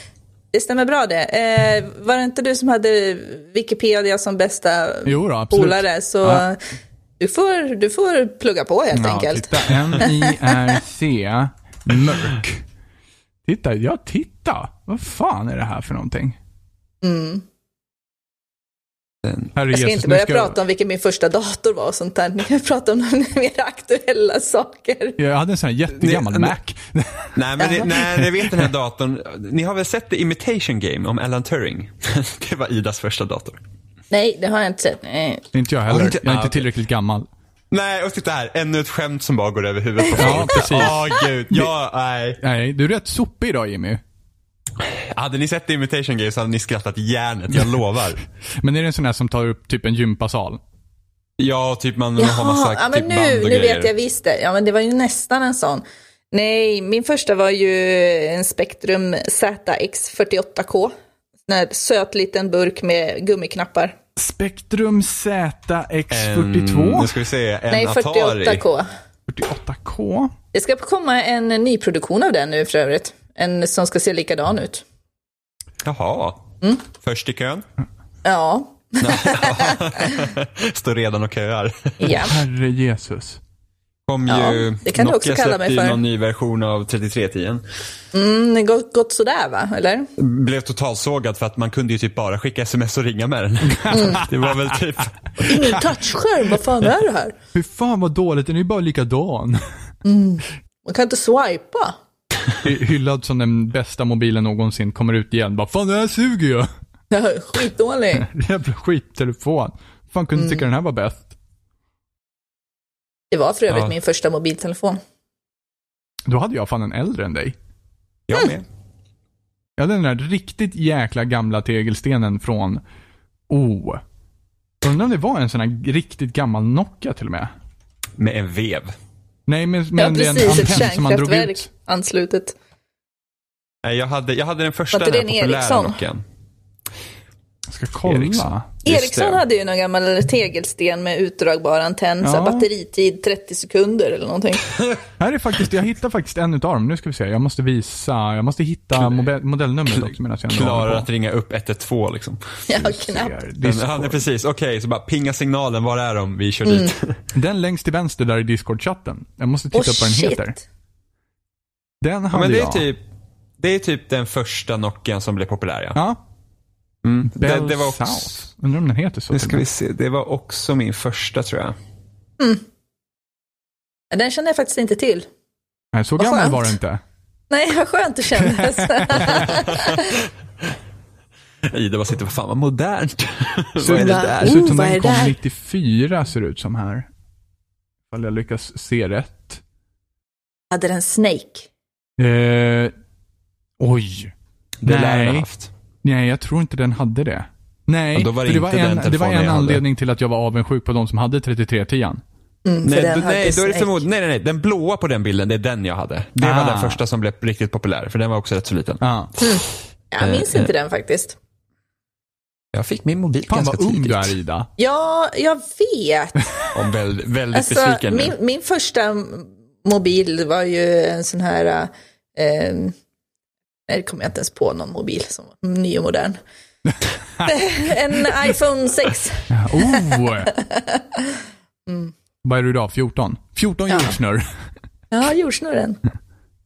Speaker 2: Det stämmer bra det. Eh, var det inte du som hade Wikipedia som bästa
Speaker 3: Jo då, absolut.
Speaker 2: polare? Så
Speaker 3: Ja.
Speaker 2: du, får, du får plugga på helt
Speaker 1: typ.
Speaker 2: enkelt.
Speaker 3: titta. N-I-R-C, mörk. Titta, ja titta. Vad fan är det här för någonting?
Speaker 1: Mm. Den-
Speaker 3: Herre
Speaker 2: Jag ska inte börja prata om vilken min första dator var och sånt där. Ni kan prata om mer aktuella saker.
Speaker 3: Jag hade en sån här jättegammal
Speaker 1: Nej,
Speaker 3: Mac.
Speaker 1: Nej, men det, nej, ni vet den här datorn. Ni har väl sett The Imitation Game om Alan Turing? Det var Idas första dator.
Speaker 2: Nej, det har jag inte sett. Nej.
Speaker 3: inte jag
Speaker 1: Har
Speaker 3: heller.
Speaker 1: inte-
Speaker 3: Jag är
Speaker 1: Ah,
Speaker 3: inte
Speaker 1: okej.
Speaker 3: tillräckligt gammal.
Speaker 1: Nej, och titta här. Ännu ett skämt som bara går över huvudet på
Speaker 3: Ja,
Speaker 1: folk.
Speaker 3: precis.
Speaker 1: Åh gud. Ja, nej.
Speaker 3: Nej, du är rätt sopig idag Jimmy.
Speaker 1: Hade ni sett The Imitation Game så hade ni skrattat järnet, jag lovar.
Speaker 3: Men är det en sån här som tar upp typ en gympasal?
Speaker 1: Ja, typ man har
Speaker 2: Jaha,
Speaker 1: massa
Speaker 2: ja,
Speaker 1: typ
Speaker 2: men
Speaker 1: band
Speaker 2: nu,
Speaker 1: och
Speaker 2: nu
Speaker 1: grejer.
Speaker 2: vet jag visst det. Ja, men det var ju nästan en sån. Nej, min första var ju en Spectrum ZX48K. En söt liten burk med gummiknappar.
Speaker 3: Spectrum
Speaker 1: En, Mm, nu
Speaker 3: ZX42?
Speaker 1: ska vi se, en
Speaker 2: Nej,
Speaker 1: Atari.
Speaker 2: 48K.
Speaker 3: 48K?
Speaker 2: Det ska komma en nyproduktion av den nu för övrigt. En som ska se likadan ut.
Speaker 1: Jaha.
Speaker 2: Mm.
Speaker 1: Först i kön.
Speaker 2: Ja,
Speaker 1: Står redan och köar.
Speaker 2: ja.
Speaker 3: Herre Jesus.
Speaker 1: Kom
Speaker 2: Ja,
Speaker 1: ju,
Speaker 2: det kan du
Speaker 1: Nokia
Speaker 2: också kalla mig
Speaker 1: släppte ju
Speaker 2: för.
Speaker 1: någon ny version av 3310.
Speaker 2: Mm, det har gått sådär va, eller?
Speaker 1: Blev totalsågad för att man kunde ju typ bara skicka sms och ringa med den.
Speaker 2: Mm.
Speaker 1: det var väl typ,
Speaker 2: Ingen touchskärm, vad fan är det här?
Speaker 3: Hur fan vad dåligt, den är ju bara likadan.
Speaker 2: Man kan inte swipa.
Speaker 3: Hy- Hyllad som den bästa mobilen någonsin, kommer ut igen. Bara, fan det här suger ju.
Speaker 2: Det här är Skitdålig.
Speaker 3: Jävla skittelefon. Fan kunde tycka den här var bäst.
Speaker 2: Det var för övrigt
Speaker 1: Ja.
Speaker 2: min första mobiltelefon.
Speaker 3: Då hade jag fan en äldre än dig.
Speaker 1: jag med.
Speaker 3: Jag hade den där riktigt jäkla gamla tegelstenen från, oh. Undrar om det var en sån här riktigt gammal Nokia till och med.
Speaker 1: Med en vev.
Speaker 3: Nej men, men
Speaker 2: Ja,
Speaker 3: det är en
Speaker 2: precis. Ett
Speaker 3: antenn som man drog ut.
Speaker 2: kärnkraftverk anslutet.
Speaker 1: Nej, Jag hade, jag hade den första
Speaker 2: Var inte
Speaker 1: den
Speaker 2: det
Speaker 1: här
Speaker 2: en
Speaker 1: populära
Speaker 2: Ericsson?
Speaker 1: Nokian.
Speaker 3: Jag ska kolla.
Speaker 1: Ericsson. Just
Speaker 2: Ericsson
Speaker 1: det.
Speaker 2: hade ju någon gammal tegelsten med utdragbar antenn, så här
Speaker 3: Ja.
Speaker 2: batteritid 30 sekunder eller någonting.
Speaker 3: Här är faktiskt, jag hittar faktiskt en utav dem. Nu ska vi se, jag måste visa, jag måste hitta mobe- modellnumret också medan jag ändå
Speaker 1: Klarar
Speaker 3: håller
Speaker 1: att ringa upp 112 liksom.
Speaker 2: Ja,
Speaker 3: på.
Speaker 2: knappt.
Speaker 1: Den,
Speaker 3: Discord.
Speaker 1: ja, nej, precis. Okej, så bara pinga signalen. Var är de? Vi kör
Speaker 2: Mm.
Speaker 1: dit.
Speaker 3: Den längst till vänster där i Discord-chatten. Jag måste titta
Speaker 2: Åh,
Speaker 3: på vad den heter.
Speaker 2: shit.
Speaker 3: Den
Speaker 1: Ja,
Speaker 3: hade
Speaker 1: men det är,
Speaker 3: jag.
Speaker 1: typ, det är typ den första Nokian som blev populär ja.
Speaker 3: Ja,
Speaker 1: Mm. Det,
Speaker 3: Bell
Speaker 1: det var också,
Speaker 3: South. Undrar om den heter så.
Speaker 1: Nu
Speaker 3: till
Speaker 1: ska
Speaker 3: och
Speaker 1: vi
Speaker 3: med.
Speaker 1: se. Det var också min första tror jag.
Speaker 2: Ja, Den känner jag faktiskt inte till.
Speaker 3: Nej, så
Speaker 2: Vad
Speaker 3: gammal
Speaker 2: skönt.
Speaker 3: var den inte.
Speaker 2: Nej, vad skönt det kändes.
Speaker 1: Ida bara sitter, vad fan vad modernt.
Speaker 3: Ser
Speaker 1: vad är det
Speaker 2: ut-
Speaker 1: där?
Speaker 2: Oh,
Speaker 3: Ser ut som
Speaker 2: vad är
Speaker 3: den
Speaker 2: det
Speaker 3: kom
Speaker 2: där?
Speaker 3: 94, ser det ut som här. Ifall jag lyckas se rätt.
Speaker 2: hade den Snake?
Speaker 3: Eh, oj.
Speaker 1: Det lär jag ha
Speaker 3: Nej.
Speaker 1: haft.
Speaker 3: Nej, jag tror inte den hade det.
Speaker 1: Ja,
Speaker 3: Nej,
Speaker 1: då var det
Speaker 3: för det, var
Speaker 1: inte den
Speaker 3: en, det var
Speaker 1: telefonen
Speaker 3: en
Speaker 1: jag hade.
Speaker 3: anledning till att jag var avundsjuk på de som hade 3310.
Speaker 2: Mm, för
Speaker 1: Nej,
Speaker 2: den
Speaker 1: då,
Speaker 2: hade
Speaker 1: nej, då är det
Speaker 2: Snake.
Speaker 1: förmodligen, nej, nej, nej, den blåa på den bilden, det är den jag hade. Det var
Speaker 3: Ah.
Speaker 1: den första som blev riktigt populär, för den var också rätt så liten.
Speaker 3: Ja.
Speaker 2: Jag minns inte
Speaker 3: Eh.
Speaker 2: den faktiskt.
Speaker 1: Jag fick min mobil
Speaker 3: Fan
Speaker 1: ganska
Speaker 3: vad ung
Speaker 1: tidigt.
Speaker 3: du är Ida.
Speaker 2: Ja, jag vet.
Speaker 1: Och väl, väldigt
Speaker 2: Alltså,
Speaker 1: besviken
Speaker 2: min,
Speaker 1: nu.
Speaker 2: min första mobil var ju en sån här, eh, nej, det kommer jag inte ens på någon mobil som var ny och modern. en iPhone 6.
Speaker 3: Oh. Vad är du idag? 14? 14 jordsnurr.
Speaker 2: Ja, jordsnurren.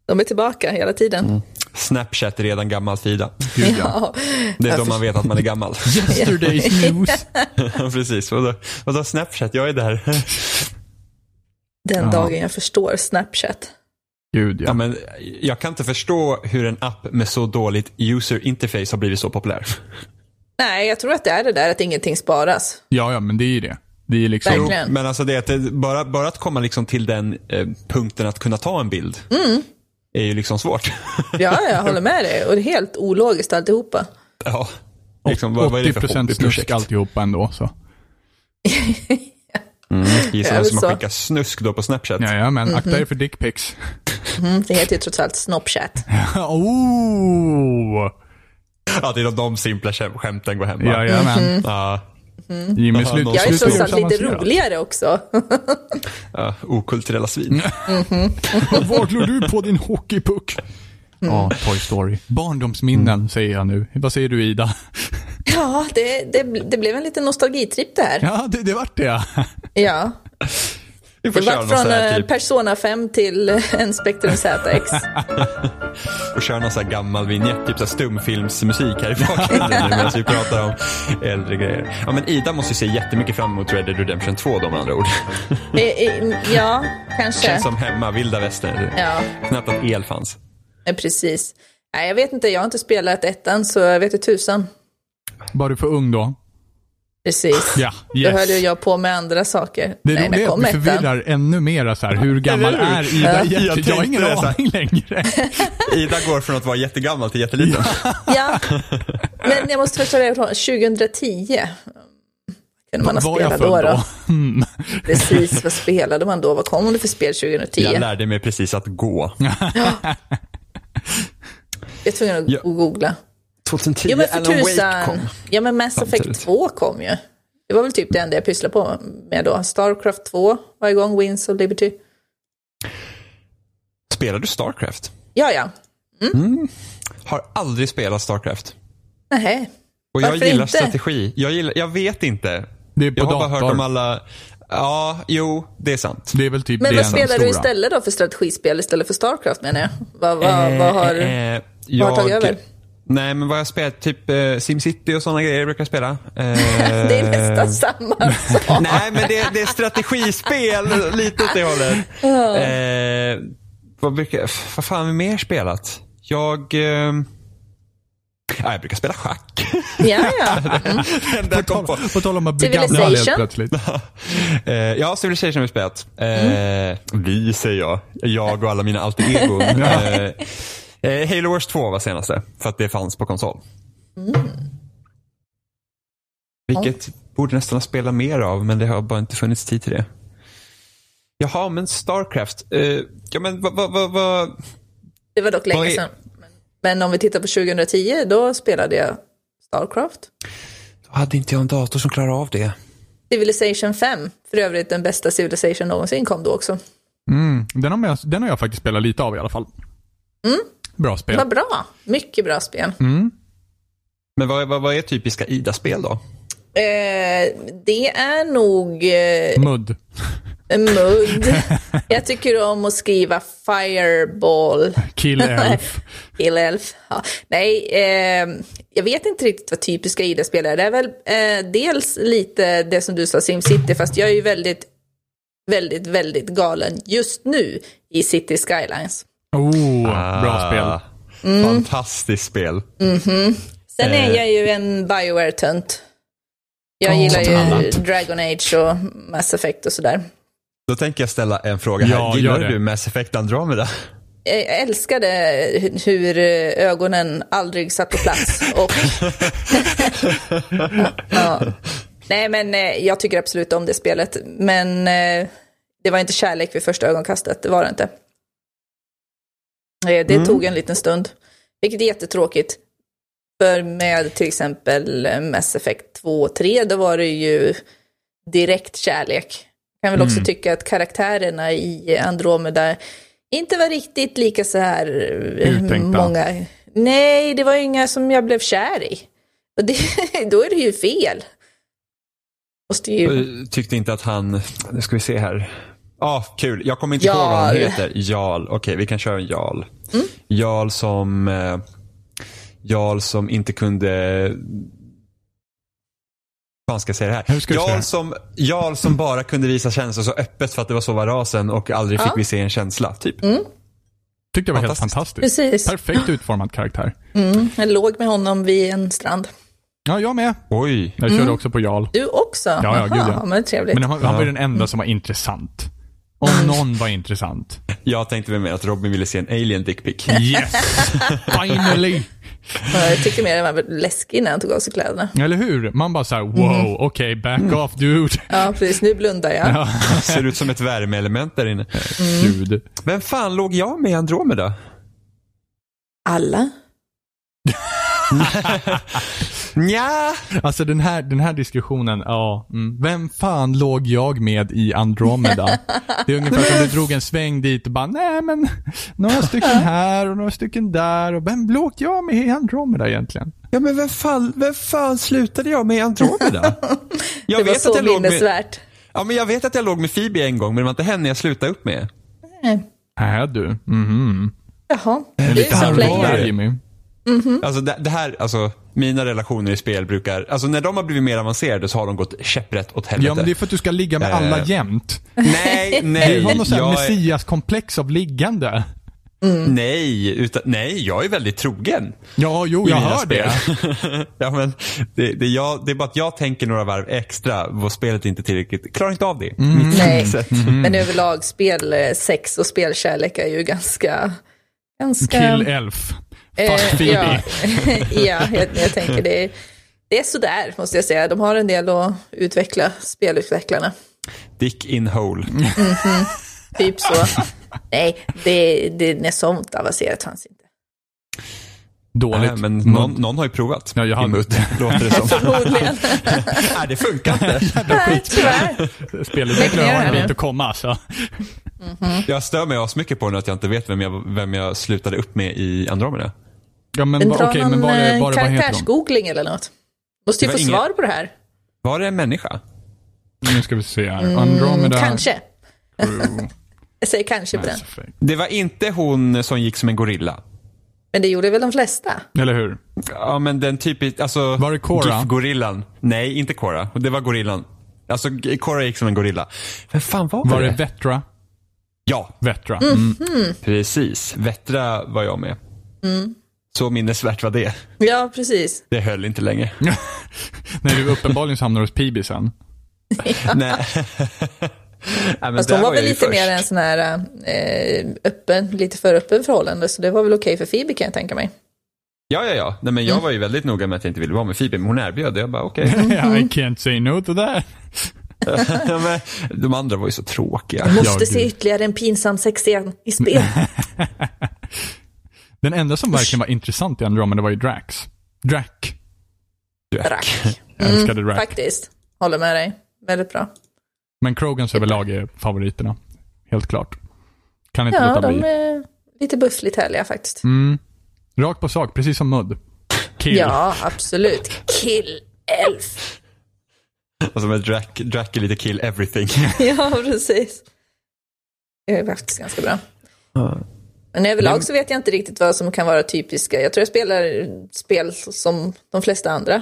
Speaker 2: De är tillbaka hela tiden.
Speaker 1: Mm. Snapchat är redan gammal för Ida.
Speaker 3: Gud ja.
Speaker 1: Det är då man vet att man är gammal.
Speaker 3: Yesterday's news.
Speaker 1: Precis, vadå, vadå Snapchat? Jag är där.
Speaker 2: Den dagen jag förstår Snapchat.
Speaker 3: Gud
Speaker 1: Ja,
Speaker 3: ja.
Speaker 1: men jag kan inte förstå hur en app med så dåligt user interface har blivit så populär.
Speaker 2: Nej, jag tror att det är det där att ingenting sparas.
Speaker 3: Ja, ja, men det är ju det. Det är ju liksom...
Speaker 2: Verkligen.
Speaker 1: Men alltså det, är att det bara, bara att komma liksom till den eh, punkten att kunna ta en bild är ju liksom svårt.
Speaker 2: Ja, jag håller med dig. Och det är helt ologiskt alltihopa.
Speaker 1: ja. Liksom, vad, vad är det för
Speaker 3: 80%
Speaker 1: hobbyprojekt?
Speaker 3: snusk alltihopa ändå så.
Speaker 1: Gissa
Speaker 2: Ja,
Speaker 1: vem
Speaker 2: väl
Speaker 1: som har
Speaker 2: så.
Speaker 1: skickat snusk då på Snapchat.
Speaker 3: Jajamän, akta er för dickpics.
Speaker 2: Mm, det heter ju trots allt Snapchat.
Speaker 3: oh.
Speaker 1: Ja, det är de, de simpla skäm- skämten går hem. va?
Speaker 3: Jajamän.
Speaker 1: Ja,
Speaker 3: Jimmy, slut.
Speaker 1: Jag
Speaker 2: Jag är
Speaker 3: sluta
Speaker 2: trots allt lite
Speaker 3: göra
Speaker 2: roligare också.
Speaker 1: ja, okulturella svin.
Speaker 3: samma Var glor du på din hockeypuck? Ja,
Speaker 2: Mm.
Speaker 3: Toy Story. Mm. Barndomsminnen säger jag nu. Vad säger du Ida?
Speaker 2: Ja, det, det, det blev en liten nostalgitripp det här.
Speaker 3: Ja, det, det vart det.
Speaker 2: Ja.
Speaker 1: Vi får
Speaker 2: Det
Speaker 1: köra
Speaker 2: var
Speaker 1: någon
Speaker 2: från
Speaker 1: sån här,
Speaker 2: eh,
Speaker 1: typ,
Speaker 2: Persona 5 till eh, en Spectrum ZX.
Speaker 1: och köra någon sån här gammal vignett, typ så här stumfilmsmusik här i bakgrunden nu medan vi pratar om äldre grejer. Ja, men Ida måste ju se jättemycket fram emot Red Dead Redemption 2 då med andra ord.
Speaker 2: Eh, eh, Ja, kanske.
Speaker 1: Känns som hemma, vilda västern.
Speaker 2: Ja.
Speaker 1: Knappt att el fanns.
Speaker 2: Eh, Precis. Nej, jag vet inte. Jag har inte spelat ettan, så jag vet inte tusan.
Speaker 3: Var du för ung då?
Speaker 2: Precis.
Speaker 3: Ja,
Speaker 2: Då
Speaker 3: yes.
Speaker 2: höll ju jag på med andra saker.
Speaker 3: Det
Speaker 2: Nej,
Speaker 3: roliga
Speaker 2: men
Speaker 3: är
Speaker 2: kom
Speaker 3: att vi
Speaker 2: ettan.
Speaker 3: förvirrar ännu mer så här, hur gammal
Speaker 1: Eller hur?
Speaker 3: är Ida egentligen?
Speaker 1: Jag
Speaker 3: Jag, har
Speaker 1: tänkte
Speaker 3: ingen
Speaker 1: det, så här.
Speaker 3: aning längre.
Speaker 1: Ida går från att vara jättegammal till jätteliten.
Speaker 2: Ja. Men jag måste först ta reda på, 2010 kunde man ha
Speaker 3: Var jag
Speaker 2: spelat
Speaker 3: född
Speaker 2: då,
Speaker 3: då? Mm.
Speaker 2: då. Precis, vad spelade man då? Vad kom det för spel 2010?
Speaker 1: Jag lärde mig precis att gå.
Speaker 2: Jag är tvungen att
Speaker 1: Ja.
Speaker 2: googla.
Speaker 1: 2010,
Speaker 2: Ja men för tusan.
Speaker 1: kom.
Speaker 2: Ja men Mass Effect
Speaker 1: Samtidigt.
Speaker 2: 2 kom ju. Det var väl typ det enda jag pysslade på med då. Starcraft 2 var igång, Winds of Liberty.
Speaker 1: Spelar du Starcraft?
Speaker 2: Ja, ja.
Speaker 1: Har aldrig spelat Starcraft.
Speaker 2: Nej.
Speaker 1: Och jag
Speaker 2: Varför
Speaker 1: gillar
Speaker 2: inte?
Speaker 1: strategi. Jag, gillar, jag vet inte.
Speaker 3: Det är på
Speaker 1: jag har bara
Speaker 3: dator.
Speaker 1: hört om alla... Ja, jo, det är sant.
Speaker 3: Det är väl typ
Speaker 2: Men
Speaker 3: det
Speaker 2: vad
Speaker 3: ena
Speaker 2: spelar
Speaker 3: stora.
Speaker 2: du istället då för strategispel istället för Starcraft menar jag? Vad, vad, vad har...
Speaker 1: Eh, eh,
Speaker 2: vad har tagit över?
Speaker 1: Nej, men vad har jag spelat? Typ eh, Simcity och sådana grejer brukar jag spela. Eh,
Speaker 2: Det är nästan samma sak.
Speaker 1: Nej, men det, det är strategispel, lite åt det hållet. Eh, vad, brukar, f- vad fan har vi mer spelat? Jag... Eh, ja, jag brukar spela schack.
Speaker 2: Ja, ja.
Speaker 1: Den där kom på.
Speaker 3: På tal om att bli gammal
Speaker 2: Civilization?
Speaker 3: helt plötsligt.
Speaker 1: Eh, ja, Civilization har vi spelat. Eh, Vi säger jag. Jag och alla mina alter egon. eh, eh, Halo Wars 2 var senaste, för att det fanns på konsol. Mm. Vilket borde nästan spela mer av, men det har bara inte funnits tid till det. Jaha, men Starcraft. Eh, ja, men vad... vad- vad- vad-
Speaker 2: Det var dock länge
Speaker 1: Vad är-
Speaker 2: sedan. Men- Men om vi tittar på 2010, då spelade jag Starcraft.
Speaker 1: Då hade inte jag en dator som klarar av det.
Speaker 2: Civilization 5, för övrigt den bästa Civilization någonsin, kom då också.
Speaker 3: Mm, den, har jag, den har jag faktiskt spelat lite av i alla fall. Bra spel.
Speaker 2: Mm. Vad bra, mycket bra spel.
Speaker 1: Men vad, vad, vad är typiska Ida-spel då?
Speaker 2: Eh, det är nog eh,
Speaker 3: Mudd.
Speaker 2: Mudd. Jag tycker om att skriva Fireball.
Speaker 3: Kill Elf.
Speaker 2: Hill Elf. Ja. Nej, eh, jag vet inte riktigt vad typiska IDA-spel är. Det är väl eh, dels lite det som du sa, SimCity, fast jag är ju väldigt, väldigt, väldigt galen just nu i City Skylines.
Speaker 3: Oh,
Speaker 1: Ah.
Speaker 3: bra spel.
Speaker 1: Mm. Fantastiskt spel.
Speaker 2: Mhm. Sen är jag ju en Bioware-tönt. Jag
Speaker 3: Åh,
Speaker 2: gillar ju
Speaker 3: annat.
Speaker 2: Dragon Age och Mass Effect och sådär.
Speaker 1: Då tänker jag ställa en fråga här.
Speaker 3: Ja,
Speaker 1: Gillar
Speaker 3: gör det.
Speaker 1: du Mass Effect Andromeda?
Speaker 2: Eh, Jag älskade hu- hur eh, ögonen aldrig satt på plats. Och... ja. Nej, men eh, jag tycker absolut om det spelet. Men eh, det var inte kärlek vid första ögonkastet, det var det inte. Eh, Det tog en liten stund, vilket är jättetråkigt. För med till exempel eh, Mass Effect 2 och 3, då var det ju direkt kärlek. Jag kan väl också tycka att karaktärerna i Andromeda inte var riktigt lika så här eh,
Speaker 3: Uttänkta.
Speaker 2: många. Nej, det var ju inga som jag blev kär i. Och det, då är det ju fel. Måste ju...
Speaker 1: Eh, Tyckte inte att han, nu ska vi se här. Ja, kul. Jag kommer inte
Speaker 2: Jarl.
Speaker 1: ihåg vad han heter. Jarl. Okej, vi kan köra en Jarl. Jarl som eh, Jarl som inte kunde fan ska jag säga det här?
Speaker 3: Hur ska du säga
Speaker 1: Jarl
Speaker 3: det?
Speaker 1: som, Jarl som bara kunde visa känslor så öppet för att det var så var rasen och aldrig fick vi se en känsla. Typ.
Speaker 3: Tyckte jag var helt
Speaker 1: Fantastiskt.
Speaker 3: fantastiskt.
Speaker 2: Precis. Mm.
Speaker 3: Perfekt utformad karaktär.
Speaker 2: Jag låg med honom vid en strand.
Speaker 3: Ja, jag med.
Speaker 1: Oj.
Speaker 3: Jag körde också på Jarl.
Speaker 2: Du också?
Speaker 3: ja, gud, ja.
Speaker 2: Men trevligt.
Speaker 3: Men han, han var ju den enda som var intressant. Om någon var intressant.
Speaker 1: Jag tänkte väl mer att Robin ville se en alien dickpic.
Speaker 3: Yes! Finally!
Speaker 2: Ja, Jag tyckte mer den var läskig när han tog av sig kläderna.
Speaker 3: Eller hur? Man bara såhär, wow, okej, back off dude.
Speaker 2: Ja, precis. Nu blundar jag.
Speaker 1: Ser ut som ett värmeelement där inne.
Speaker 3: Gud.
Speaker 1: Vem fan låg jag med i Andromeda?
Speaker 2: Alla?
Speaker 1: Nja.
Speaker 3: Alltså den här, den här diskussionen, ja. Mm. Vem fan låg jag med i Andromeda? Det är ungefär som du drog en sväng dit och bara, nej men, några stycken här och några stycken där och vem låg jag med i Andromeda egentligen?
Speaker 1: Ja men vem fan, vem fan slutade jag med i Andromeda? Jag
Speaker 2: Det var så
Speaker 1: låg med,
Speaker 2: minnesvärt.
Speaker 1: ja, men Jag vet att jag låg med Phoebe en gång men det var inte henne jag slutade upp med.
Speaker 2: Nej.
Speaker 3: Äh du, mhm.
Speaker 2: Jaha. Du
Speaker 1: lite
Speaker 2: är som
Speaker 1: halvbar.
Speaker 2: player.
Speaker 3: Där Jimmy.
Speaker 2: Mm.
Speaker 1: Alltså det, det här, alltså mina relationer i spel brukar, alltså när de har blivit mer avancerade så har de gått käpprätt åt helvete.
Speaker 3: Ja men det är för att du ska ligga med alla
Speaker 1: Eh.
Speaker 3: jämt.
Speaker 1: Nej, nej.
Speaker 3: Du har något sånt här Mm.
Speaker 1: jag är-
Speaker 3: messiaskomplex av liggande.
Speaker 1: Nej, utan, nej, jag är väldigt trogen.
Speaker 3: Ja, jo,
Speaker 1: i
Speaker 3: jag
Speaker 1: mina
Speaker 3: hör
Speaker 1: spel.
Speaker 3: det.
Speaker 1: ja, men det, det, är jag, det är bara att jag tänker några varv extra vad spelet inte tillräckligt, klarar inte av det.
Speaker 3: Mm.
Speaker 1: Mitt
Speaker 2: Nej.
Speaker 1: sätt.
Speaker 2: Men överlag, spelsex och spelkärlek är ju ganska... ganska
Speaker 3: Kill Elf.
Speaker 2: eh,
Speaker 3: Fuck
Speaker 2: ja,
Speaker 3: Phoebe.
Speaker 2: ja jag, jag tänker det. är- Det är sådär, måste jag säga. De har en del att utveckla, spelutvecklarna.
Speaker 1: Dick in hole.
Speaker 2: Typ så. Nej, det, det, det är sånt avancerat fanns inte.
Speaker 3: Dåligt.
Speaker 1: Nej, men någon, någon har ju provat.
Speaker 3: Ja, jag hade-
Speaker 1: Emot, låter det som.
Speaker 2: Förmodligen.
Speaker 1: Nej, det funkar inte.
Speaker 2: Nej, Tyvärr.
Speaker 3: Spelutvecklare
Speaker 2: Lägg ner det
Speaker 3: har en
Speaker 2: här
Speaker 3: bit
Speaker 2: nu.
Speaker 3: att komma alltså.
Speaker 1: Jag stör mig asmycket på nu att jag inte vet vem jag, vem jag slutade upp med i Andromeda.
Speaker 3: Ja, men
Speaker 2: Den
Speaker 3: va-
Speaker 2: drar
Speaker 3: okej, men var det,
Speaker 2: någon
Speaker 3: var
Speaker 2: eh,
Speaker 3: det, vad heter de?
Speaker 2: karaktärsgoogling eller något. Måste
Speaker 1: Det
Speaker 2: ju få
Speaker 1: var inget-
Speaker 2: svar på det här.
Speaker 1: Var det en människa?
Speaker 3: Nu ska vi se här. Andromeda.
Speaker 2: Mm, Kanske.
Speaker 3: Crew.
Speaker 2: Jag säger kanske på den.
Speaker 3: Mass Effect.
Speaker 1: Det var inte hon som gick som en gorilla.
Speaker 2: Men det gjorde väl de flesta?
Speaker 3: Eller hur?
Speaker 1: Ja men den typiskt, alltså.
Speaker 3: Var det Cora?
Speaker 1: GIF-gorillan. Nej, inte Cora. Det var gorillan. Alltså G- Cora gick som en gorilla. Vem fan var,
Speaker 3: Var
Speaker 1: det?
Speaker 3: det Vetra?
Speaker 1: Ja,
Speaker 3: Vetra.
Speaker 2: Mm.
Speaker 3: Mm.
Speaker 1: precis. Vettra var jag med. Så minnesvärt var det.
Speaker 2: Ja, precis.
Speaker 1: Det höll inte länge.
Speaker 3: När du uppenbarligen så hamnar hos Phoebe sen.
Speaker 1: Nej. Nej, men
Speaker 2: Fast
Speaker 1: där
Speaker 2: hon var
Speaker 1: jag
Speaker 2: väl
Speaker 1: ju
Speaker 2: lite mer en sån här eh, öppen, lite för öppen förhållande, så det var väl okej för Phoebe kan jag tänka mig.
Speaker 1: Ja, ja, ja. Nej, men
Speaker 2: Mm.
Speaker 1: jag var ju väldigt noga med att jag inte ville vara med Phoebe, men hon erbjöd det. Jag bara okej.
Speaker 2: Mm-hmm.
Speaker 3: Ja, I can't say no to that.
Speaker 1: Men De andra var ju så tråkiga.
Speaker 2: Måste
Speaker 3: Ja,
Speaker 2: se
Speaker 3: gud.
Speaker 2: ytterligare en pinsam sexscen i spel.
Speaker 3: Den enda som verkligen var intressant i Andromeda var ju Drax. Drac.
Speaker 2: Rack.
Speaker 3: Jag älskade Drac.
Speaker 2: Faktiskt. Håller med dig. Väldigt bra.
Speaker 3: Men Krogans överlag är favoriterna. Helt klart. Kan inte
Speaker 2: Ja,
Speaker 3: låta
Speaker 2: de
Speaker 3: bli. Mm.
Speaker 2: är lite buffligt härliga faktiskt.
Speaker 3: Rakt på sak, precis som Mudd. Kill.
Speaker 2: Ja, absolut. Kill Elf.
Speaker 1: Alltså med Drac, Drac är lite kill everything.
Speaker 2: Ja, precis. Det är faktiskt ganska bra. Men överlag så vet jag inte riktigt vad som kan vara typiska. Jag tror jag spelar spel som de flesta andra.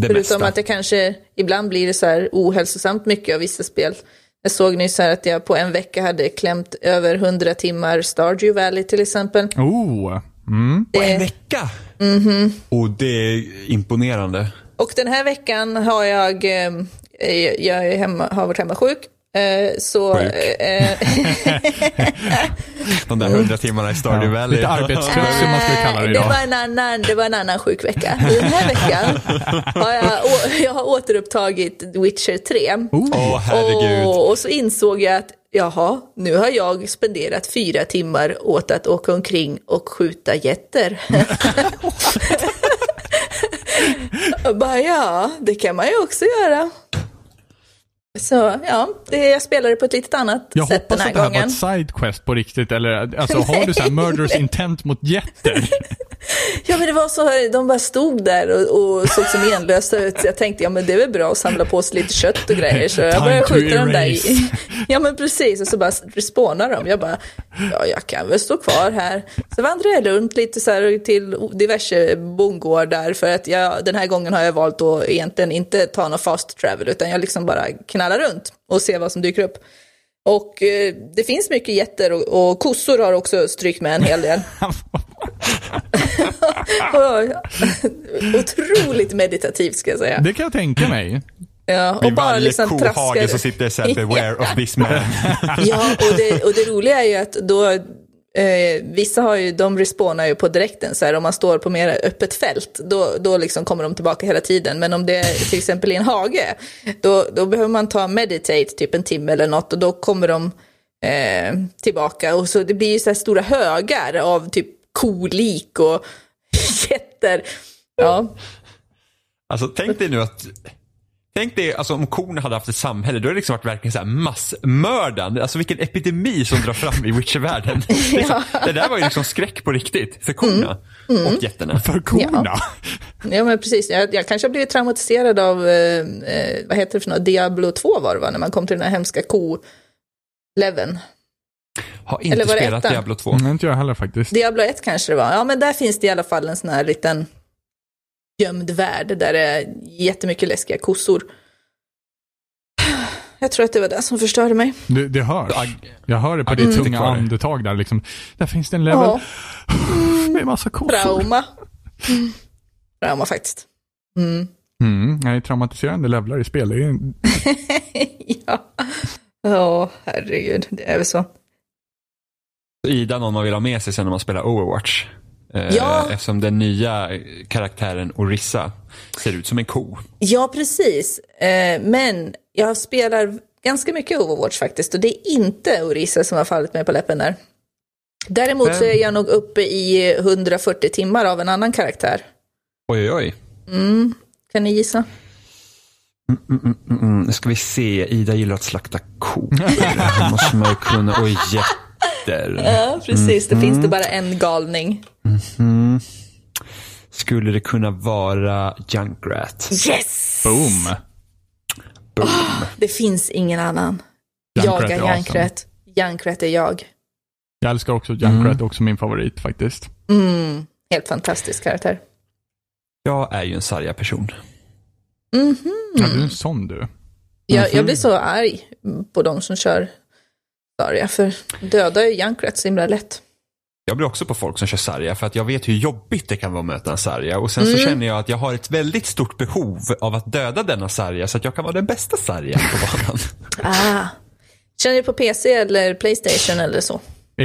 Speaker 1: Det
Speaker 2: Förutom
Speaker 1: mesta.
Speaker 2: att jag kanske, ibland blir det så här ohälsosamt mycket av vissa spel. Jag såg nyss här att jag på en vecka hade klämt över 100 timmar Stardew Valley till exempel.
Speaker 3: Oh. Mm.
Speaker 1: På en vecka?
Speaker 2: Mhm.
Speaker 1: Och det är imponerande.
Speaker 2: Och den här veckan har jag, eh, eh, jag är hemma, har varit hemma sjuk. Eh, så,
Speaker 1: Sjuk.
Speaker 2: eh,
Speaker 1: De
Speaker 2: Mm.
Speaker 1: där hundra timmarna i
Speaker 3: Ja.
Speaker 1: Stardew Valley.
Speaker 3: Lite arbetskrux som man skulle kalla det
Speaker 2: det,
Speaker 3: idag.
Speaker 2: var en annan, det var en annan sjuk vecka. Den här veckan har jag, å- jag har återupptagit Witcher 3.
Speaker 3: Oh.
Speaker 1: Åh herregud.
Speaker 2: Och, och så insåg jag att jaha, nu har jag spenderat fyra timmar åt att åka omkring och skjuta getter. Jag bara ja, det kan man ju också göra. Så ja, det, jag spelade på ett lite annat
Speaker 3: Jag
Speaker 2: sätt den
Speaker 3: hoppas
Speaker 2: här
Speaker 3: att det här var
Speaker 2: gången.
Speaker 3: ett sidequest på riktigt. Eller, alltså, har du så här murderous intent mot jätter?
Speaker 2: Ja men det var så, de bara stod där och, och såg så menlösa ut. Så jag tänkte, ja men det är väl bra att samla på sig lite kött och grejer. Så jag
Speaker 3: Time
Speaker 2: började
Speaker 3: to
Speaker 2: skjuta dem där.
Speaker 3: erase.
Speaker 2: i- Ja men precis, och så bara spånar de. Jag bara, ja jag kan väl stå kvar här. Så vandrade jag runt lite så här till diverse bondgårdar. För att jag, den här gången har jag valt att egentligen inte ta någon fast travel. Utan jag liksom bara knallar runt och ser vad som dyker upp. Och eh, det finns mycket getter och, och kossor har också strykt med en hel del. Oj. Otroligt meditativt ska jag säga.
Speaker 3: Det kan jag tänka mig.
Speaker 2: Ja, och
Speaker 1: I
Speaker 2: bara
Speaker 1: varje
Speaker 2: liksom
Speaker 1: kohage så
Speaker 2: traskar.
Speaker 1: sitter det så här, beware of this man.
Speaker 2: Ja, och det, och det roliga är ju att då, eh, vissa har ju, de respawnar ju på direkten så här, om man står på mer öppet fält, då, då liksom kommer de tillbaka hela tiden. Men om det är till exempel i en hage, då, då behöver man ta meditate typ en timme eller något och då kommer de eh, tillbaka. Och så det blir ju så här stora högar av typ kolik och getter. Ja,
Speaker 1: Alltså tänk dig nu att Tänk dig alltså, om korna hade haft ett samhälle, då hade det liksom varit verkligen så här massmördande. Alltså vilken epidemi som drar fram i Witcher-världen. Det, är så- det där var ju liksom skräck på riktigt för korna
Speaker 2: Mm.
Speaker 1: och getterna.
Speaker 3: För korna.
Speaker 2: Ja men precis, jag, jag kanske har blivit traumatiserad av, eh, eh, vad heter det för något, Diablo 2 var det va, när man kom till den här hemska ko-leven.
Speaker 1: Har inte
Speaker 2: Eller var det
Speaker 1: spelat
Speaker 2: ettan?
Speaker 1: Diablo 2.
Speaker 3: Mm, inte jag heller faktiskt.
Speaker 2: Diablo 1 kanske det var, ja men där finns det i alla fall en sån här liten gömd värld där det är jättemycket läskiga kossor. Jag tror att det var det som förstörde mig.
Speaker 3: Det, det hörs. Jag hör det på ditt
Speaker 1: Mm.
Speaker 3: tunga andetag där liksom. Där finns det en level
Speaker 2: Ja.
Speaker 3: med massa kossor.
Speaker 2: Trauma. Mm. Trauma faktiskt. Mm.
Speaker 3: Mm, nej, traumatiserande levlar i spel. Det är en-
Speaker 2: ja. Åh, herregud. Det är väl så.
Speaker 1: Ida någon man vill ha med sig sen när man spelar Overwatch. Eh,
Speaker 2: Ja.
Speaker 1: Eftersom den nya eh, karaktären Orissa ser ut som en ko.
Speaker 2: Ja, precis. Eh, men jag spelar ganska mycket Overwatch faktiskt och det är inte Orisa som har fallit mig på läppen där. Däremot så är jag nog uppe i 140 timmar av en annan karaktär.
Speaker 1: Oj, oj, oj.
Speaker 2: Kan ni gissa?
Speaker 1: Mm, mm, nu ska vi se. Ida gillar att slakta kor. Här måste man ju kunna. Och jätter.
Speaker 2: Ja, precis. Det finns det bara en galning.
Speaker 3: Mm.
Speaker 1: Skulle det kunna vara Junkrat?
Speaker 2: Yes!
Speaker 3: boom.
Speaker 2: Det finns ingen annan. Jag
Speaker 3: Junkrat
Speaker 2: är
Speaker 3: är awesome.
Speaker 2: Jankret. Jankret är jag.
Speaker 3: Jag älskar också Junkrat, också min favorit faktiskt.
Speaker 2: Mm. Helt fantastisk karaktär.
Speaker 1: Jag är ju en sarga person.
Speaker 3: Ja, du är en sån du.
Speaker 2: Mm-hmm. Jag, jag blir så arg på de som kör Zarya, för döda är Jankret så himla lätt.
Speaker 1: Jag blir också på folk som kör sarja för att jag vet hur jobbigt det kan vara att möta en sarja. Och sen
Speaker 2: Mm.
Speaker 1: så känner jag att jag har ett väldigt stort behov av att döda denna sarja så att jag kan vara den bästa sarjan på banan.
Speaker 2: Ah. Känner du på PC eller Playstation eller så?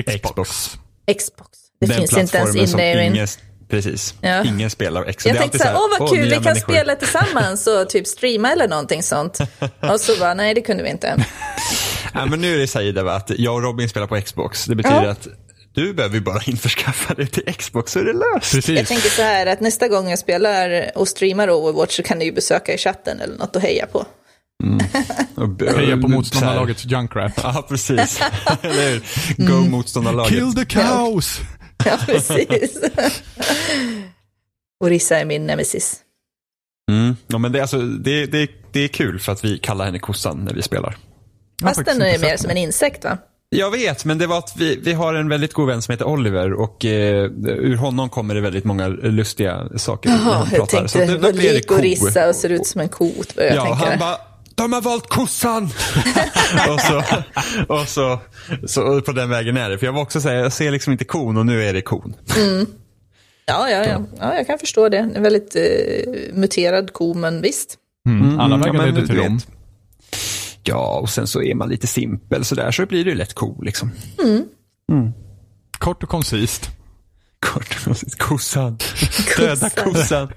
Speaker 3: Xbox.
Speaker 1: Xbox.
Speaker 2: Xbox. Det
Speaker 1: den
Speaker 2: finns inte ens
Speaker 1: plattformen som
Speaker 2: in-name.
Speaker 1: ingen, Precis.
Speaker 2: Ja.
Speaker 1: Ingen spelar Xbox.
Speaker 2: Jag
Speaker 1: Det är
Speaker 2: tänkte
Speaker 1: alltid
Speaker 2: så här, åh vad
Speaker 1: "Åh,
Speaker 2: kul, vi
Speaker 1: nya
Speaker 2: kan
Speaker 1: människor."
Speaker 2: spela tillsammans och typ streama eller någonting sånt. Och så bara, nej det kunde vi inte.
Speaker 1: Ja, men nu är det så här Ida, va, att jag och Robin spelar på Xbox. Det betyder
Speaker 2: Ja.
Speaker 1: att du behöver ju bara införskaffa det till Xbox så är det löst.
Speaker 2: Jag
Speaker 3: Precis.
Speaker 2: tänker så här att nästa gång jag spelar och streamar Overwatch så kan ni ju besöka i chatten eller något och heja på.
Speaker 1: Och b-
Speaker 3: Heja på
Speaker 1: så här-
Speaker 3: motståndarlagets Junkrat.
Speaker 1: Ja, precis. Eller hur? Go
Speaker 2: Mm.
Speaker 1: motståndarlaget.
Speaker 3: Kill the cows!
Speaker 2: Ja, precis. Orisa är min nemesis.
Speaker 1: Mm. Ja, men det, är alltså, det, det, det är kul för att vi kallar henne kossan när vi spelar.
Speaker 3: Jag har
Speaker 2: Fast
Speaker 3: faktiskt
Speaker 2: den är
Speaker 3: inte
Speaker 2: mer
Speaker 3: sett
Speaker 2: som en insekt va?
Speaker 1: Jag vet, men det var att vi, vi har en väldigt god vän som heter Oliver och eh, ur honom kommer det väldigt många lustiga saker. när
Speaker 2: Jaha,
Speaker 1: han
Speaker 2: jag
Speaker 1: pratar.
Speaker 2: tänkte,
Speaker 1: då
Speaker 2: vad
Speaker 1: blir det
Speaker 2: lik
Speaker 1: ko.
Speaker 2: Orisa och ser ut som en ko. började jag
Speaker 1: Ja,
Speaker 2: tänka.
Speaker 1: han bara de har valt kossan! och så, och så, så och på den vägen är det. För jag var också såhär, jag ser liksom inte kon och nu är det kon.
Speaker 2: Ja, ja, ja. ja, jag kan förstå det. En väldigt eh, muterad ko, men visst.
Speaker 3: Mm, alla vägar
Speaker 1: men
Speaker 3: leder till
Speaker 1: du vet.
Speaker 3: Rom.
Speaker 1: Ja, och sen så är man lite simpel sådär så blir det ju lätt ko liksom.
Speaker 3: Kort och koncist.
Speaker 1: Kort och koncist, kossan. Döda kossan.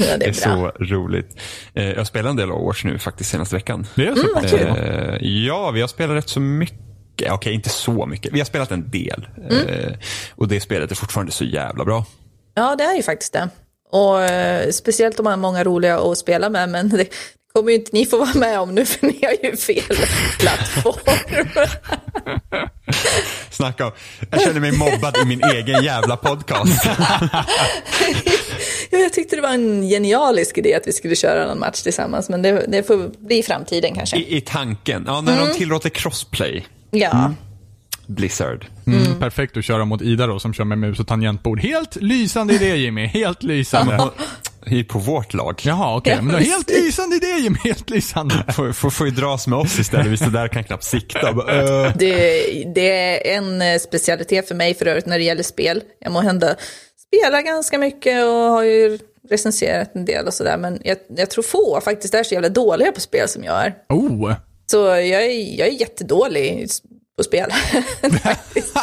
Speaker 2: Ja, det
Speaker 1: Det
Speaker 2: är
Speaker 1: är
Speaker 2: bra.
Speaker 1: så roligt. Eh, Jag spelar en del Overwatch nu faktiskt senaste veckan.
Speaker 3: Det är så
Speaker 2: Mm.
Speaker 3: pass.
Speaker 1: Eh, ja, vi har spelat rätt så mycket. Okej, inte så mycket. Vi har spelat en del. Eh, och det spelet är fortfarande så jävla bra.
Speaker 2: Ja, det är ju faktiskt det. Och eh, speciellt om man har många roliga att spela med, men det kommer ju inte ni få vara med om nu, för ni har ju fel plattform.
Speaker 1: Snacka om, jag känner mig mobbad i min egen jävla podcast.
Speaker 2: ja, jag tyckte det var en genialisk idé att vi skulle köra någon match tillsammans, men det, det får bli i framtiden kanske.
Speaker 1: I, i tanken. Ja, när de tillåter crossplay,
Speaker 2: Ja,
Speaker 1: Blizzard.
Speaker 3: Mm, perfekt att köra mot Ida då som kör med mus och tangentbord. Helt lysande idé Jimmy, helt lysande.
Speaker 1: Och- Det är på vårt lag.
Speaker 3: Jaha okej,
Speaker 2: Ja,
Speaker 3: men det är helt
Speaker 2: precis.
Speaker 3: lysande idé Jimmy, helt lysande.
Speaker 1: Får, får, får ju dras med oss istället, vi står där och kan knappt sikta. Och bara, eh.
Speaker 2: det, det är en eh, specialitet för mig för övrigt när det gäller spel. Jag må hända spela ganska mycket och har ju recenserat en del och sådär, men jag, jag tror få faktiskt är så jävla dåliga på spel som jag är.
Speaker 3: Oh,
Speaker 2: Så jag är, jag är jättedålig på spel. faktiskt.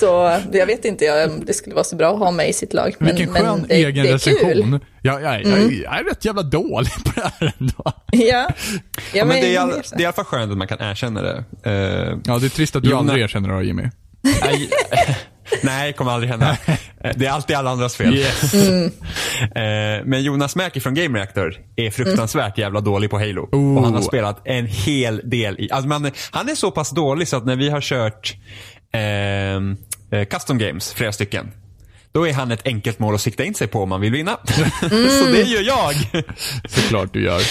Speaker 2: så jag vet inte jag- om det skulle vara så bra att ha mig i sitt lag. Men,
Speaker 3: vilken
Speaker 2: men
Speaker 3: skön
Speaker 2: det,
Speaker 3: egen
Speaker 2: det är Kul. Mm.
Speaker 3: recension. Jag, jag, jag, jag är rätt jävla dålig på det här ändå.
Speaker 2: Ja. Ja,
Speaker 1: Ja, men
Speaker 2: men-
Speaker 1: det, är, all- det är i alla fall skönt att man kan erkänna det. Eh,
Speaker 3: Ja, det är trist att du
Speaker 1: Jo,
Speaker 3: aldrig
Speaker 1: nej.
Speaker 3: erkänner det då, Jimmy.
Speaker 1: Nej, nej, kommer aldrig hända. Det är alltid alla andras fel.
Speaker 3: Yes.
Speaker 2: Mm.
Speaker 1: Eh, Men Jonas Mäki från Game Reactor är fruktansvärt jävla dålig på Halo. Och han har spelat en hel del i... Alltså man, han är så pass dålig så att när vi har kört ehm, eh, custom games, flera stycken, då är han ett enkelt mål att sikta in sig på om man vill vinna. så
Speaker 2: Mm.
Speaker 1: det gör jag.
Speaker 3: Såklart du gör.
Speaker 2: Ja,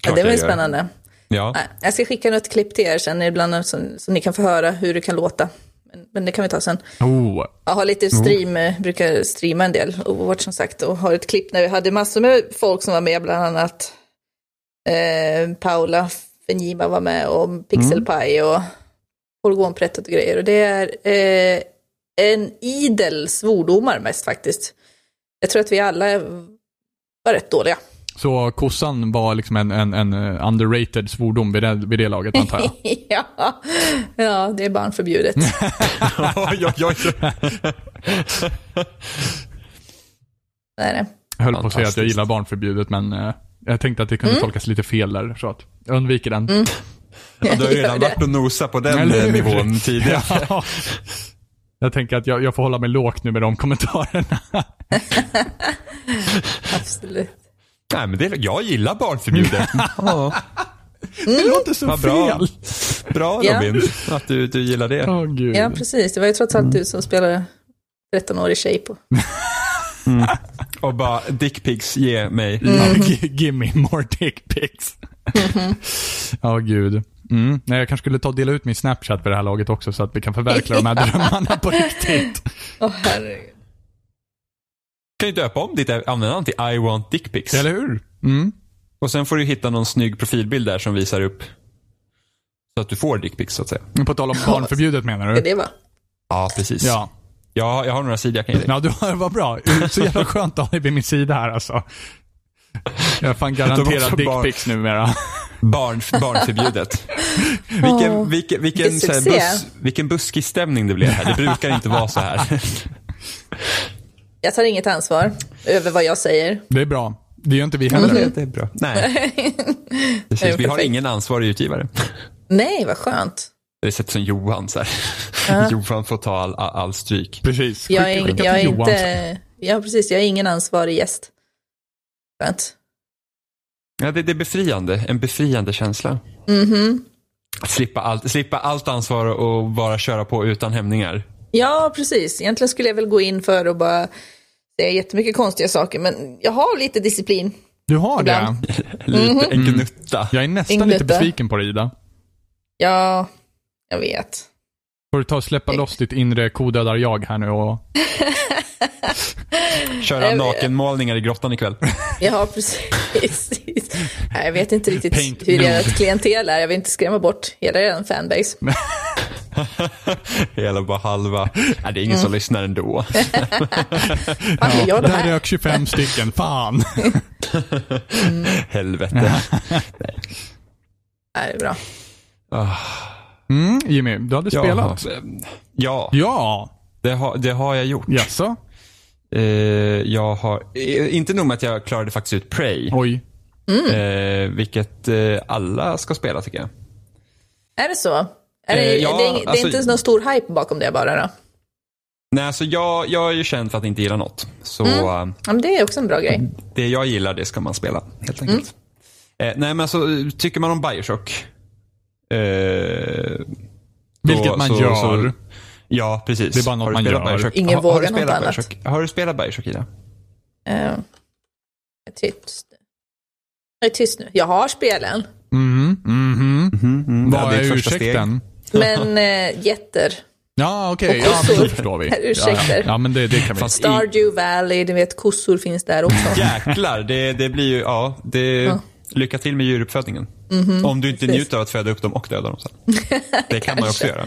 Speaker 1: Klart
Speaker 2: det var
Speaker 1: jag
Speaker 2: ju
Speaker 1: gör.
Speaker 2: spännande.
Speaker 1: Ja.
Speaker 2: Nej, Äh, Jag ska skicka något klipp till er sen ibland så, så ni kan få höra hur det kan låta. Men, men det kan vi ta sen.
Speaker 3: Oh,
Speaker 2: Jag har lite stream, eh, brukar streama en del Overwatch som sagt och har ett klipp när vi hade massor med folk som var med, bland annat eh, Paula Fenjima var med och Pixelpie och Polygonprättet och grejer. Och det är eh, en idel svordomar mest faktiskt. Jag tror att vi alla är- var rätt dåliga.
Speaker 3: Så kossan var liksom en, en, en eh, underrated svordom vid det, vid det laget antar jag.
Speaker 2: ja. ja, det är barnförbjudet.
Speaker 1: oj, oj, oj.
Speaker 2: Det är det.
Speaker 3: Jag höll på att säga att jag
Speaker 1: Fantastiskt.
Speaker 3: gillar barnförbjudet men eh, jag tänkte att det
Speaker 2: Mm.
Speaker 3: kunde tolkas lite fel där. Så att jag undviker den.
Speaker 1: Ja, du har ju redan
Speaker 2: det.
Speaker 1: varit och nosat på den
Speaker 3: Eller hur?
Speaker 1: eh, nivån tidigare.
Speaker 3: Ja. Jag tänker att jag, jag får hålla mig lågt nu med de kommentarerna.
Speaker 2: Absolut.
Speaker 1: Nej, men det, är- jag gillar barnförbjudet.
Speaker 3: Det låter så
Speaker 1: Vad bra.
Speaker 3: fel.
Speaker 1: Bra
Speaker 2: Ja.
Speaker 1: Robin, att du, du gillar det.
Speaker 3: Åh gud.
Speaker 2: Ja, precis. Det var ju trots allt du som spelade 13-årig tjej på.
Speaker 1: Och bara dickpics, ge mig.
Speaker 2: Mm.
Speaker 3: G- Give me more dick pics. Ja, gud. Mm. Nej, jag kanske skulle ta och dela ut min Snapchat för det här laget också så att vi kan förverkliga de här drömmarna på riktigt.
Speaker 2: Åh, herregud.
Speaker 1: kan ju döpa om ditt användarnamn till I want dickpics.
Speaker 3: Eller hur? Mm.
Speaker 1: Och sen får du hitta någon snygg profilbild där som visar upp så att du får dickpics så att säga.
Speaker 3: På tal om barnförbjudet menar
Speaker 2: Ska
Speaker 3: du?
Speaker 2: det vara?
Speaker 1: Ja, precis.
Speaker 3: Ja.
Speaker 1: Jag, jag har några sidor jag kan ge dig.
Speaker 3: Ja, du har, vad bra. Så jävla skönt att ha dig vid min sida här alltså. Jag är fan
Speaker 1: också
Speaker 3: garanterad
Speaker 1: barn.
Speaker 3: dickpics numera.
Speaker 1: Barn, barnförbjudet. Vilken, vilken, vilken,
Speaker 2: Vilken
Speaker 1: så här,
Speaker 2: succé.
Speaker 1: bus, vilken buskisstämning det blev här. Det brukar inte vara så här.
Speaker 2: Jag tar inget ansvar över vad jag säger.
Speaker 3: Det är bra. Det gör inte vi heller.
Speaker 2: Mm-hmm.
Speaker 1: Det är bra. Nej. Precis, vi har
Speaker 2: Mm. Perfekt.
Speaker 1: ingen ansvarig utgivare. Nej.
Speaker 2: Nej, vad skönt.
Speaker 1: Det är sett som Johan så här. Johan får ta all, all, all stryk.
Speaker 3: Precis. Skicka,
Speaker 2: Jag är,
Speaker 3: skicka
Speaker 2: jag är
Speaker 3: till Johan.
Speaker 2: inte... Ja, precis. Jag är ingen ansvarig gäst. Skönt.
Speaker 1: Ja, det, det är befriande. En befriande känsla.
Speaker 2: Mhm.
Speaker 1: Att slippa allt, slippa allt ansvar och bara köra på utan hämningar.
Speaker 2: Ja, precis. Egentligen skulle jag väl gå in för att bara säga jättemycket konstiga saker, men jag har lite disciplin.
Speaker 3: Du har det?
Speaker 2: Ibland.
Speaker 1: Lite, en gnutta.
Speaker 3: Jag är nästan
Speaker 2: Ingen
Speaker 3: lite
Speaker 2: nytta.
Speaker 3: besviken på dig Ida.
Speaker 2: Ja, jag vet.
Speaker 3: Får du ta och släppa loss ditt inre kodödar-jag här nu och
Speaker 1: Köra nakenmålningar i grottan ikväll.
Speaker 2: Ja, precis. Nej, jag vet inte riktigt
Speaker 3: Paint
Speaker 2: hur
Speaker 3: nude.
Speaker 2: ert klientel är. Jag vill inte skrämma bort hela er fanbase.
Speaker 1: Hela bara halva. Nej, det är ingen som lyssnar ändå.
Speaker 2: Fan, gör jag det
Speaker 3: Där
Speaker 2: här?
Speaker 3: rök 25 stycken, fan.
Speaker 1: Helvete.
Speaker 2: Nej, det är bra.
Speaker 3: Mm, Jimmy, du hade spelat.
Speaker 1: Ja,
Speaker 3: Ja,
Speaker 1: det har, det har jag gjort.
Speaker 3: jaså?
Speaker 1: Eh, jag har, eh, inte nog med att jag klarade faktiskt ut Prey,
Speaker 3: Oj.
Speaker 1: eh, vilket eh, alla ska spela tycker jag.
Speaker 2: Är det så? Är det,
Speaker 1: Eh, ja,
Speaker 2: det, är, det är
Speaker 1: alltså-
Speaker 2: inte någon stor hype bakom det bara då?
Speaker 1: Nej, alltså jag, jag är ju känd för att inte gilla något. Så eh,
Speaker 2: Ja, men det är också en bra grej.
Speaker 1: det jag gillar, det ska man spela helt
Speaker 2: Mm.
Speaker 1: enkelt. Eh, nej, men alltså tycker man om Bioshock. Eh,
Speaker 3: Vilket man
Speaker 1: så-
Speaker 3: gör.
Speaker 1: så- ja, precis.
Speaker 3: Det är bara något
Speaker 1: har du
Speaker 3: man
Speaker 1: spelat
Speaker 3: gör.
Speaker 1: Bioshock?
Speaker 2: Ingen
Speaker 1: har, har du
Speaker 2: vågar något
Speaker 1: spelat
Speaker 2: annat.
Speaker 1: Bioshock? Har du spelat Bioshock, Ida?
Speaker 2: Eh, jag är tyst. Jag är tyst nu. Jag har spelen,
Speaker 3: Mhm, mhm.
Speaker 1: Mm-hmm, Ja,
Speaker 3: Vad
Speaker 1: det är
Speaker 3: är
Speaker 1: ett första steg.
Speaker 3: ursäkten?
Speaker 2: men eh, jätter.
Speaker 3: Ja, okej.
Speaker 2: Och
Speaker 3: Ja, men
Speaker 2: kossor.
Speaker 3: då förstår vi.
Speaker 2: Här, ursäkter.
Speaker 3: Ja, ja. ja men det, det kan vi.
Speaker 1: Fast i-
Speaker 2: Stardew Valley, du vet kossor finns där också.
Speaker 1: Jäklar, det, det blir ju, ja, det, lycka till med djuruppfödningen.
Speaker 2: Mhm,
Speaker 1: Om du inte njuter av att föda upp dem och döda dem sen. Det kan man ju också göra.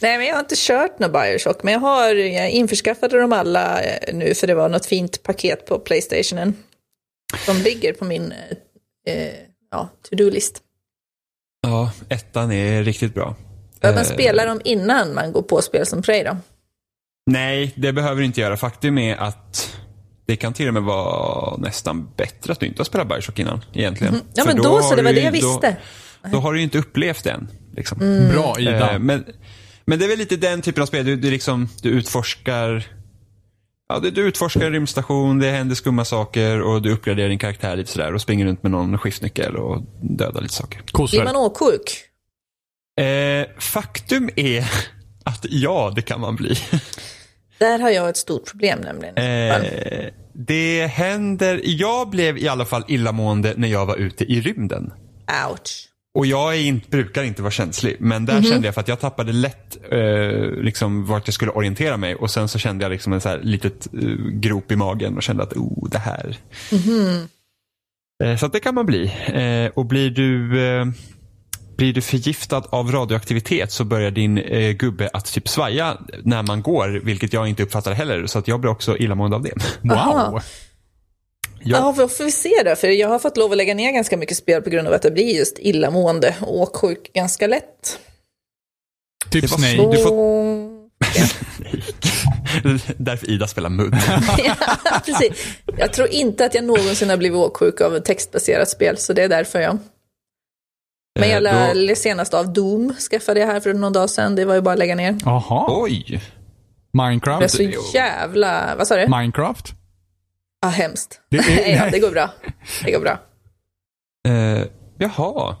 Speaker 2: Nej, men jag har inte kört någon Bioshock, men jag, har, jag införskaffade dem alla eh, nu för det var något fint paket på Playstationen. De ligger på min eh, ja, to-do-list.
Speaker 1: Ja, ettan är riktigt bra.
Speaker 2: Bör man
Speaker 1: Eh,
Speaker 2: spela dem innan man går på spel som Prey då?
Speaker 1: Nej, det behöver du inte göra. Faktum är att det kan till och med vara nästan bättre att du inte har spelat Bioshock innan. Egentligen.
Speaker 2: Mhm. Ja,
Speaker 1: För
Speaker 2: men då, så,
Speaker 1: har
Speaker 2: det var
Speaker 1: du
Speaker 2: det
Speaker 1: ju-
Speaker 2: jag visste. Mm.
Speaker 1: Då, då har du ju inte upplevt det än. Liksom.
Speaker 3: Bra Ida.
Speaker 1: Eh, men, men det är väl lite den typen av spel. Du, du, liksom, du utforskar Ja, du, du utforskar en rymdstation, det händer skumma saker och du uppgraderar din karaktär lite sådär och springer runt med någon skiftnyckel och dödar lite saker.
Speaker 2: Blir
Speaker 3: Kossor.
Speaker 2: man åksjuk?
Speaker 1: Eh, faktum är att ja, det kan man bli.
Speaker 2: Där har jag ett stort problem nämligen.
Speaker 1: Eh, det händer, jag blev i alla fall illamående när jag var ute i rymden. Eh,
Speaker 2: Ouch.
Speaker 1: Och jag är inte, brukar inte vara känslig, men där kände jag för att jag tappade lätt eh, liksom, vart jag skulle orientera mig och sen så kände jag liksom en så här litet eh, grop i magen och kände att oh, det här. Eh, Så att det kan man bli. Eh, Och blir du, eh, blir du förgiftad av radioaktivitet så börjar din eh, gubbe att typ svaja när man går, vilket jag inte uppfattar heller. Så att jag blir också illamående av det.
Speaker 3: Wow.
Speaker 2: Aha.
Speaker 1: Ja.
Speaker 2: Ja, ja får vi se då? För jag har fått lov att lägga ner ganska mycket spel på grund av att jag blir just illamående och åksjuk ganska lätt.
Speaker 1: Det
Speaker 3: Typ
Speaker 1: var
Speaker 3: nej.
Speaker 1: så- Du får-
Speaker 2: Och-
Speaker 1: Därför Ida spelar mudd.
Speaker 2: ja, precis. Jag tror inte att jag någonsin har blivit åksjuk av ett textbaserat spel, så det är därför jag. Men
Speaker 1: Eh,
Speaker 2: jag
Speaker 1: då-
Speaker 2: lär senast av Doom, skaffade jag här för någon dag sedan, det var ju bara att lägga ner.
Speaker 3: Jaha.
Speaker 1: Oj!
Speaker 2: Det är
Speaker 3: Minecraft?
Speaker 2: så jävla, vad sa du?
Speaker 3: Minecraft?
Speaker 2: Ja, hemskt.
Speaker 3: Det är-
Speaker 2: Nej, ja, det går bra. Det går bra.
Speaker 1: Eh, jaha.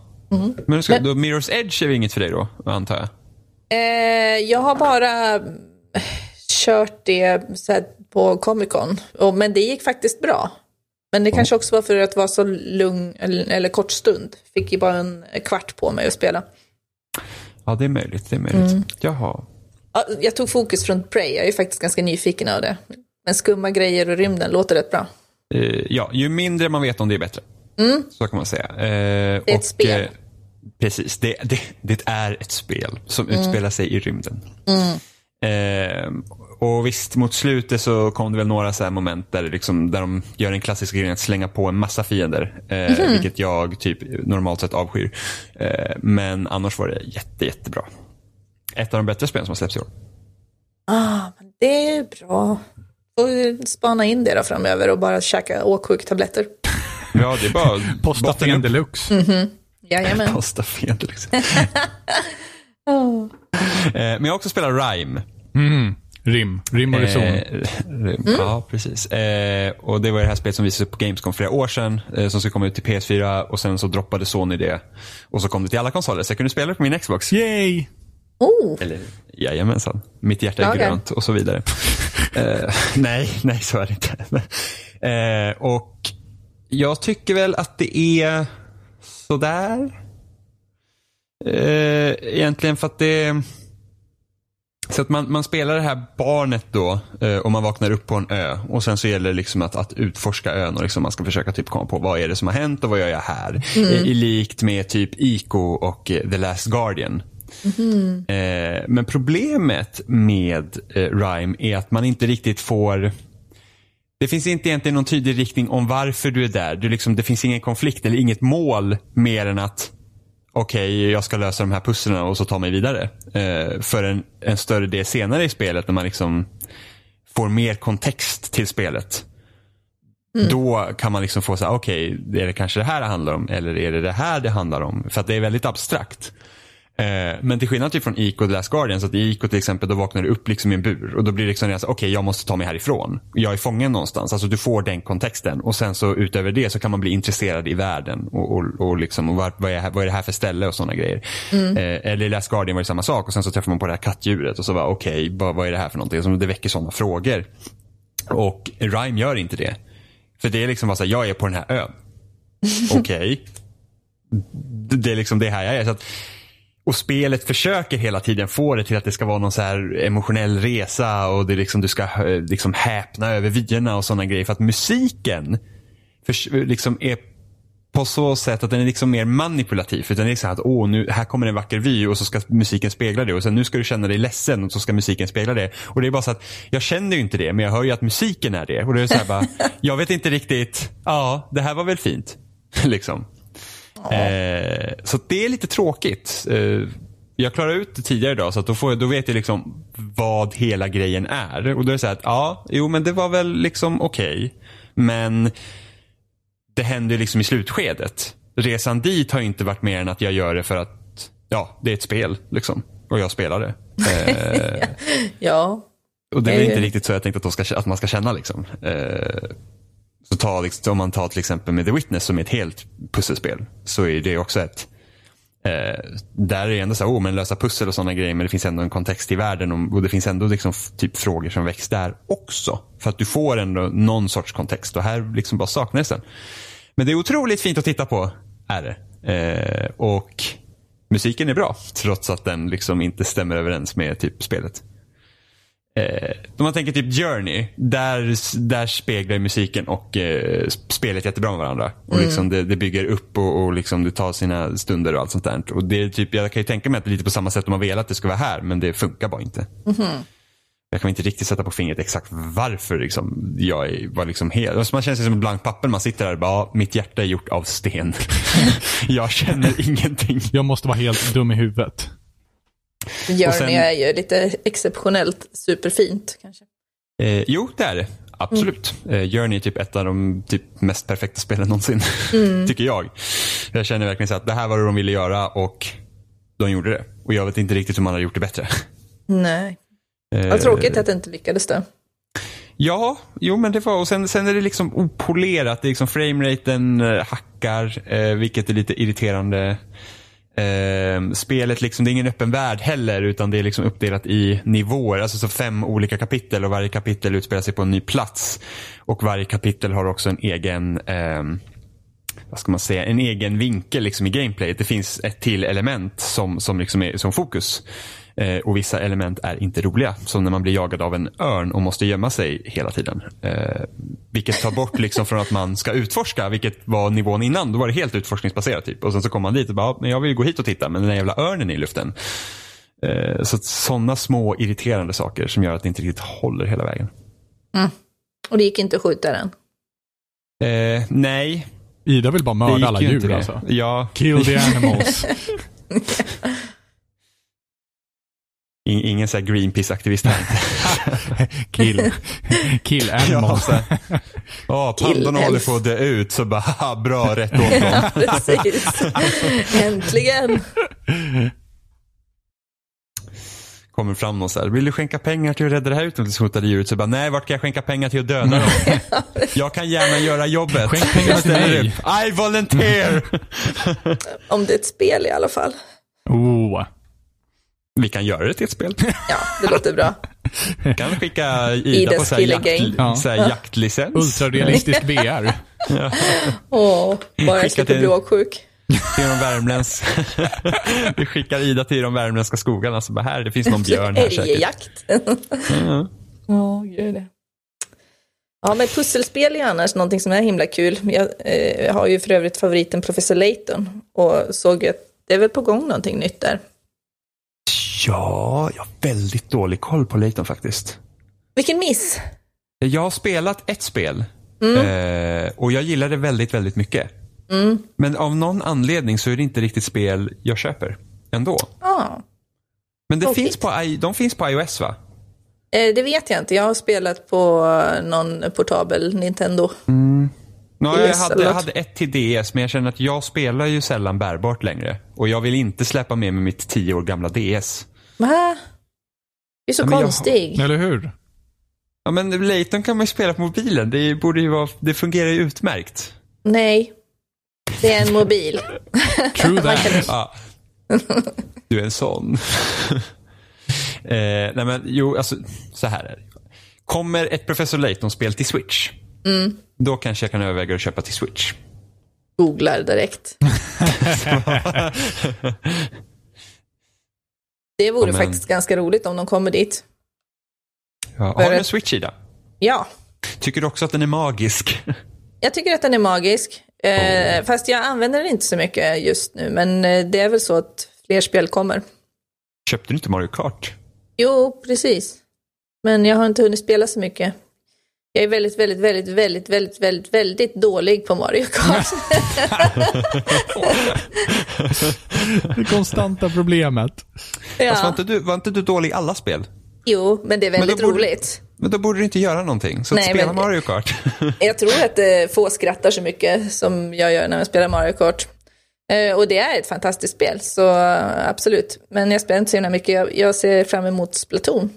Speaker 1: Men, ska, då Mirror's Edge är väl inget för dig då, antar jag?
Speaker 2: Eh, jag har bara eh, kört det så här, på Comic Con, och, men det gick faktiskt bra. Men det kanske också var för att det var så lugn, eller, eller kort stund. Fick ju bara en kvart på mig att spela.
Speaker 1: Ja, det är möjligt. Det är möjligt. Jaha.
Speaker 2: Ja, Jag tog fokus från Prey, jag är faktiskt ganska nyfiken av det. Men skumma grejer och rymden låter rätt bra.
Speaker 1: Eh, ja, ju mindre man vet om det är bättre. Så kan man säga. Eh, det är
Speaker 2: ett spel.
Speaker 1: precis, det, det, det är ett spel som utspelar sig i rymden. Eh, och visst, mot slutet så kom det väl några så här moment där, det liksom, där de gör den klassiska grejen att slänga på en massa fiender. Eh, Vilket jag typ normalt sett avskyr. Eh, men annars var det jätte, jättebra. Ett av de bättre spelen som har släppts i år.
Speaker 2: Ah, men det är bra. Får spana in det då framöver och bara käka åksjuktabletter.
Speaker 1: Ja, det är bara
Speaker 3: Posta
Speaker 1: botten
Speaker 3: Fen
Speaker 1: upp.
Speaker 3: Deluxe.
Speaker 2: Jajamän.
Speaker 1: Posta fel liksom. Eh, Men jag har också spelat Rime.
Speaker 3: Rim. Rim och reson.
Speaker 1: Eh, Rime. Ja, precis. Eh, Och det var det här spelet som visades upp på Gamescom flera år sedan. eh, Som skulle komma ut till PS4 och sen så droppade Sony det. Och så kom det till alla konsoler. Så jag kunde spela det på min Xbox.
Speaker 3: Yay!
Speaker 2: Oh,
Speaker 1: Eller jajamensan, mitt hjärta är
Speaker 2: Okej.
Speaker 1: grönt och så vidare. Eh, nej, nej så är det inte. Eh, och jag tycker väl att det är sådär. Eh, egentligen för att det... Så att man, man spelar det här barnet då eh, och man vaknar upp på en ö. Och sen så gäller det liksom att, att utforska ön och liksom man ska försöka typ komma på vad är det som har hänt och vad gör jag här. Eh, I likt med typ Ico och eh, The Last Guardian. Eh, men problemet med eh, Rime är att man inte riktigt får det finns inte egentligen någon tydlig riktning om varför du är där. Du liksom, det finns ingen konflikt eller inget mål mer än att okej, jag ska lösa de här pusslen och så ta mig vidare. Eh, för en, en större del senare i spelet när man liksom får mer kontext till spelet. Då kan man liksom få så här, okej, är det kanske det här det handlar om? Eller är det det här det handlar om? För att det är väldigt abstrakt. Eh, Men till skillnad typ från Ico och The Last Guardian, så att i Ico till exempel, då vaknar du upp liksom i en bur. Och då blir det liksom redan så här, okej jag måste ta mig härifrån. Jag är fången någonstans. Alltså du får den kontexten. Och sen så utöver det så kan man bli intresserad i världen. Och, och, och liksom, och var, vad, är, vad är det här för ställe och sådana grejer. Eh, eller i Last Guardian var det samma sak. Och sen så träffar man på det här kattdjuret. Och så var okej, vad, vad är det här för någonting? Så det väcker sådana frågor. Och Rhyme gör inte det. För det är liksom bara så här, jag är på den här ön. Okej. Det det är liksom det här jag är. Så att, och spelet försöker hela tiden få det till att det ska vara någon så här emotionell resa och det är liksom, du ska eh, liksom häpna över vyerna och sådana grejer. För att musiken för, liksom är på så sätt att den är liksom mer manipulativ. Utan det är så här att åh, nu, här kommer en vacker vy och så ska musiken spegla det. Och sen nu ska du känna dig ledsen och så ska musiken spegla det. Och det är bara så att jag känner ju inte det men jag hör ju att musiken är det. Och det är så här bara, jag vet inte riktigt, ja det här var väl fint. liksom. Eh, så att det är lite tråkigt. Eh, jag klarade ut det tidigare idag så att då, får, jag- då vet jag liksom vad hela grejen är. Och då är det så här att ja, jo men det var väl liksom okej. Men det händer ju liksom i slutskedet. Resan dit har ju inte varit mer än att jag gör det för att ja, det är ett spel liksom. Och jag spelar det. Eh,
Speaker 2: ja.
Speaker 1: och det är väl
Speaker 2: Eh.
Speaker 1: inte riktigt så jag tänkte att, de ska, att man ska känna liksom. Eh, så ta, liksom- om man tar till exempel med The Witness som är ett helt pusselspel. Så är det också ett eh, där är det ändå så här, oh, men lösa pussel och sådana grejer men det finns ändå en kontext i världen och, och det finns ändå liksom f- typ frågor som väcks där också. För att du får ändå någon sorts kontext och här liksom bara saknas den. Men det är otroligt fint att titta på, är det. Eh, och musiken är bra, trots att den liksom inte stämmer överens med typ spelet. Eh, de Om man tänker typ Journey, där, där speglar musiken och eh, spelet jättebra med varandra. Och liksom det, det bygger upp och, och liksom det tar sina stunder och allt sånt där. Och det är typ, jag kan ju tänka mig att det är lite på samma sätt de har velat att det ska vara här, men det funkar bara inte. Jag kan inte riktigt sätta på fingret exakt varför liksom, jag är- var liksom helt... Alltså man känns ju som ett blankt papper. Man sitter där och bara, ja, mitt hjärta är gjort av sten. jag känner ingenting.
Speaker 3: Jag måste vara helt dum i huvudet.
Speaker 2: Journey
Speaker 1: sen-
Speaker 2: är ju lite exceptionellt superfint kanske.
Speaker 1: Eh, jo, det är det. Absolut. Eh, Journey är typ ett av de typ, mest perfekta spelen någonsin. Tycker jag. Jag känner verkligen så att det här var det de ville göra och de gjorde det. Och jag vet inte riktigt hur man har gjort det bättre.
Speaker 2: Nej,
Speaker 1: Eh,
Speaker 2: vad tråkigt att det inte lyckades då.
Speaker 1: Ja, jo men det var och sen, sen är det liksom opolerat. Det är liksom frameraten eh, hackar, eh, vilket är lite irriterande. Eh, spelet liksom, det är ingen öppen värld heller utan det är liksom uppdelat i nivåer. Alltså så fem olika kapitel och varje kapitel utspelar sig på en ny plats. Och varje kapitel har också en egen ehm, vad ska man säga, en egen vinkel liksom i gameplayet. Det finns ett till element som, som liksom är som fokus. Eh, och vissa element är inte roliga. Som när man blir jagad av en örn och måste gömma sig hela tiden. Eh, vilket tar bort liksom från att man ska utforska, vilket var nivån innan. Då var det helt utforskningsbaserat. Typ. Och sen så kommer man dit och bara, "Ja, men jag vill ju gå hit och titta, men den där jävla örnen är i luften. Eh, så att sådana små irriterande saker som gör att det inte riktigt håller hela vägen.
Speaker 2: Och det gick inte att skjuta den.
Speaker 1: Eh, nej,
Speaker 3: Ida vill bara
Speaker 1: det
Speaker 3: mörda
Speaker 1: gick
Speaker 3: alla
Speaker 1: ju inte
Speaker 3: djur
Speaker 1: det.
Speaker 3: alltså.
Speaker 1: Ja,
Speaker 3: Kill the animals.
Speaker 1: in, ingen så här Greenpeace-aktivist här.
Speaker 3: Kill. Kill
Speaker 1: Ja,
Speaker 3: animals.
Speaker 1: så här. Ja, pandorna
Speaker 2: Killhäls.
Speaker 1: håller på att dö ut, så bara, haha, bra, rätt åt dem.
Speaker 2: Ja, precis. Äntligen.
Speaker 1: Kommer fram någon så här, vill du skänka pengar till att rädda det här utrotningshotade djuret? Så bara, nej, vart kan jag skänka pengar till att döda dem? Jag kan gärna göra jobbet.
Speaker 3: Skänk pengarna
Speaker 1: Jag
Speaker 3: till
Speaker 1: ställer
Speaker 3: mig.
Speaker 1: upp. I volunteer!
Speaker 2: Om det är ett spel i alla fall.
Speaker 3: Oh.
Speaker 1: Vi kan göra det till ett spel.
Speaker 2: Ja, det låter bra.
Speaker 1: Vi kan skicka Ida på
Speaker 2: Idas
Speaker 1: så här,
Speaker 2: killer
Speaker 1: jakt,
Speaker 2: game.
Speaker 3: Ja.
Speaker 1: så här jaktlicens.
Speaker 3: Ultrarealistisk VR.
Speaker 2: Åh, bara
Speaker 1: Skicka
Speaker 2: jag slipper
Speaker 1: till-
Speaker 2: bli åksjuk.
Speaker 1: Till de värmländs... Vi skickar Ida till de värmländska skogarna. Så bara, här, det finns någon björn här säkert.
Speaker 2: Älgjakt. Ja, gud det. Ja, men pusselspel är annars någonting som är himla kul. Jag eh, har ju för övrigt favoriten Professor Layton och såg att det är väl på gång någonting nytt där.
Speaker 1: Ja, jag har väldigt dålig koll på Layton faktiskt.
Speaker 2: Vilken miss!
Speaker 1: Jag har spelat ett spel eh, och jag gillar det väldigt, väldigt mycket. Men av någon anledning så är det inte riktigt spel jag köper ändå.
Speaker 2: Ja,
Speaker 1: Men det
Speaker 2: Tråkigt.
Speaker 1: finns på, i- de finns på iOS va?
Speaker 2: eh, det vet jag inte. Jag har spelat på någon portabel Nintendo.
Speaker 1: Nå, jag,
Speaker 2: Yes,
Speaker 1: hade, jag
Speaker 2: eller-
Speaker 1: hade ett till DS men jag känner att jag spelar ju sällan bärbart längre. Och jag vill inte släppa med mig mitt 10 år gamla DS.
Speaker 2: Va? Du är så
Speaker 1: Ja, men jag-
Speaker 2: konstig.
Speaker 3: Eller hur?
Speaker 1: Ja men Layton kan man ju spela på mobilen. Det, borde ju vara, det fungerar ju utmärkt.
Speaker 2: Nej, det är en mobil.
Speaker 3: True that.
Speaker 1: Ja. Ah. Du är en sån. eh, nej men jo, alltså så här är det. Kommer ett Professor Layton-spel till Switch,
Speaker 2: Mm.
Speaker 1: då kanske jag kan överväga att köpa till Switch.
Speaker 2: Googlar direkt. Det vore
Speaker 1: Amen.
Speaker 2: faktiskt ganska roligt om de kommer dit.
Speaker 1: Ja, har
Speaker 2: För
Speaker 1: du en
Speaker 2: att-
Speaker 1: Switch Ida?
Speaker 2: Ja,
Speaker 1: Tycker du också att den är magisk?
Speaker 2: jag tycker att den är magisk. Eh, Fast jag använder den inte så mycket just nu, men eh, det är väl så att fler spel kommer.
Speaker 1: Köpte du inte Mario Kart?
Speaker 2: Jo, precis. Men jag har inte hunnit spela så mycket. Jag är väldigt, väldigt, väldigt, väldigt, väldigt, väldigt, väldigt dålig på Mario Kart.
Speaker 3: Det konstanta problemet.
Speaker 1: Alltså, var,
Speaker 2: ja.
Speaker 1: inte du, var inte du dålig i alla spel?
Speaker 2: Jo, men det är väldigt
Speaker 1: borde-
Speaker 2: roligt.
Speaker 1: Men då borde du inte göra någonting. Så att
Speaker 2: Nej,
Speaker 1: spela
Speaker 2: men-
Speaker 1: Mario Kart.
Speaker 2: Jag tror att eh, få skrattar så mycket som jag gör när jag spelar Mario Kart. Eh, och det är ett fantastiskt spel, så eh, absolut. Men jag spelar inte så himla mycket. Jag, jag ser fram emot Splatoon.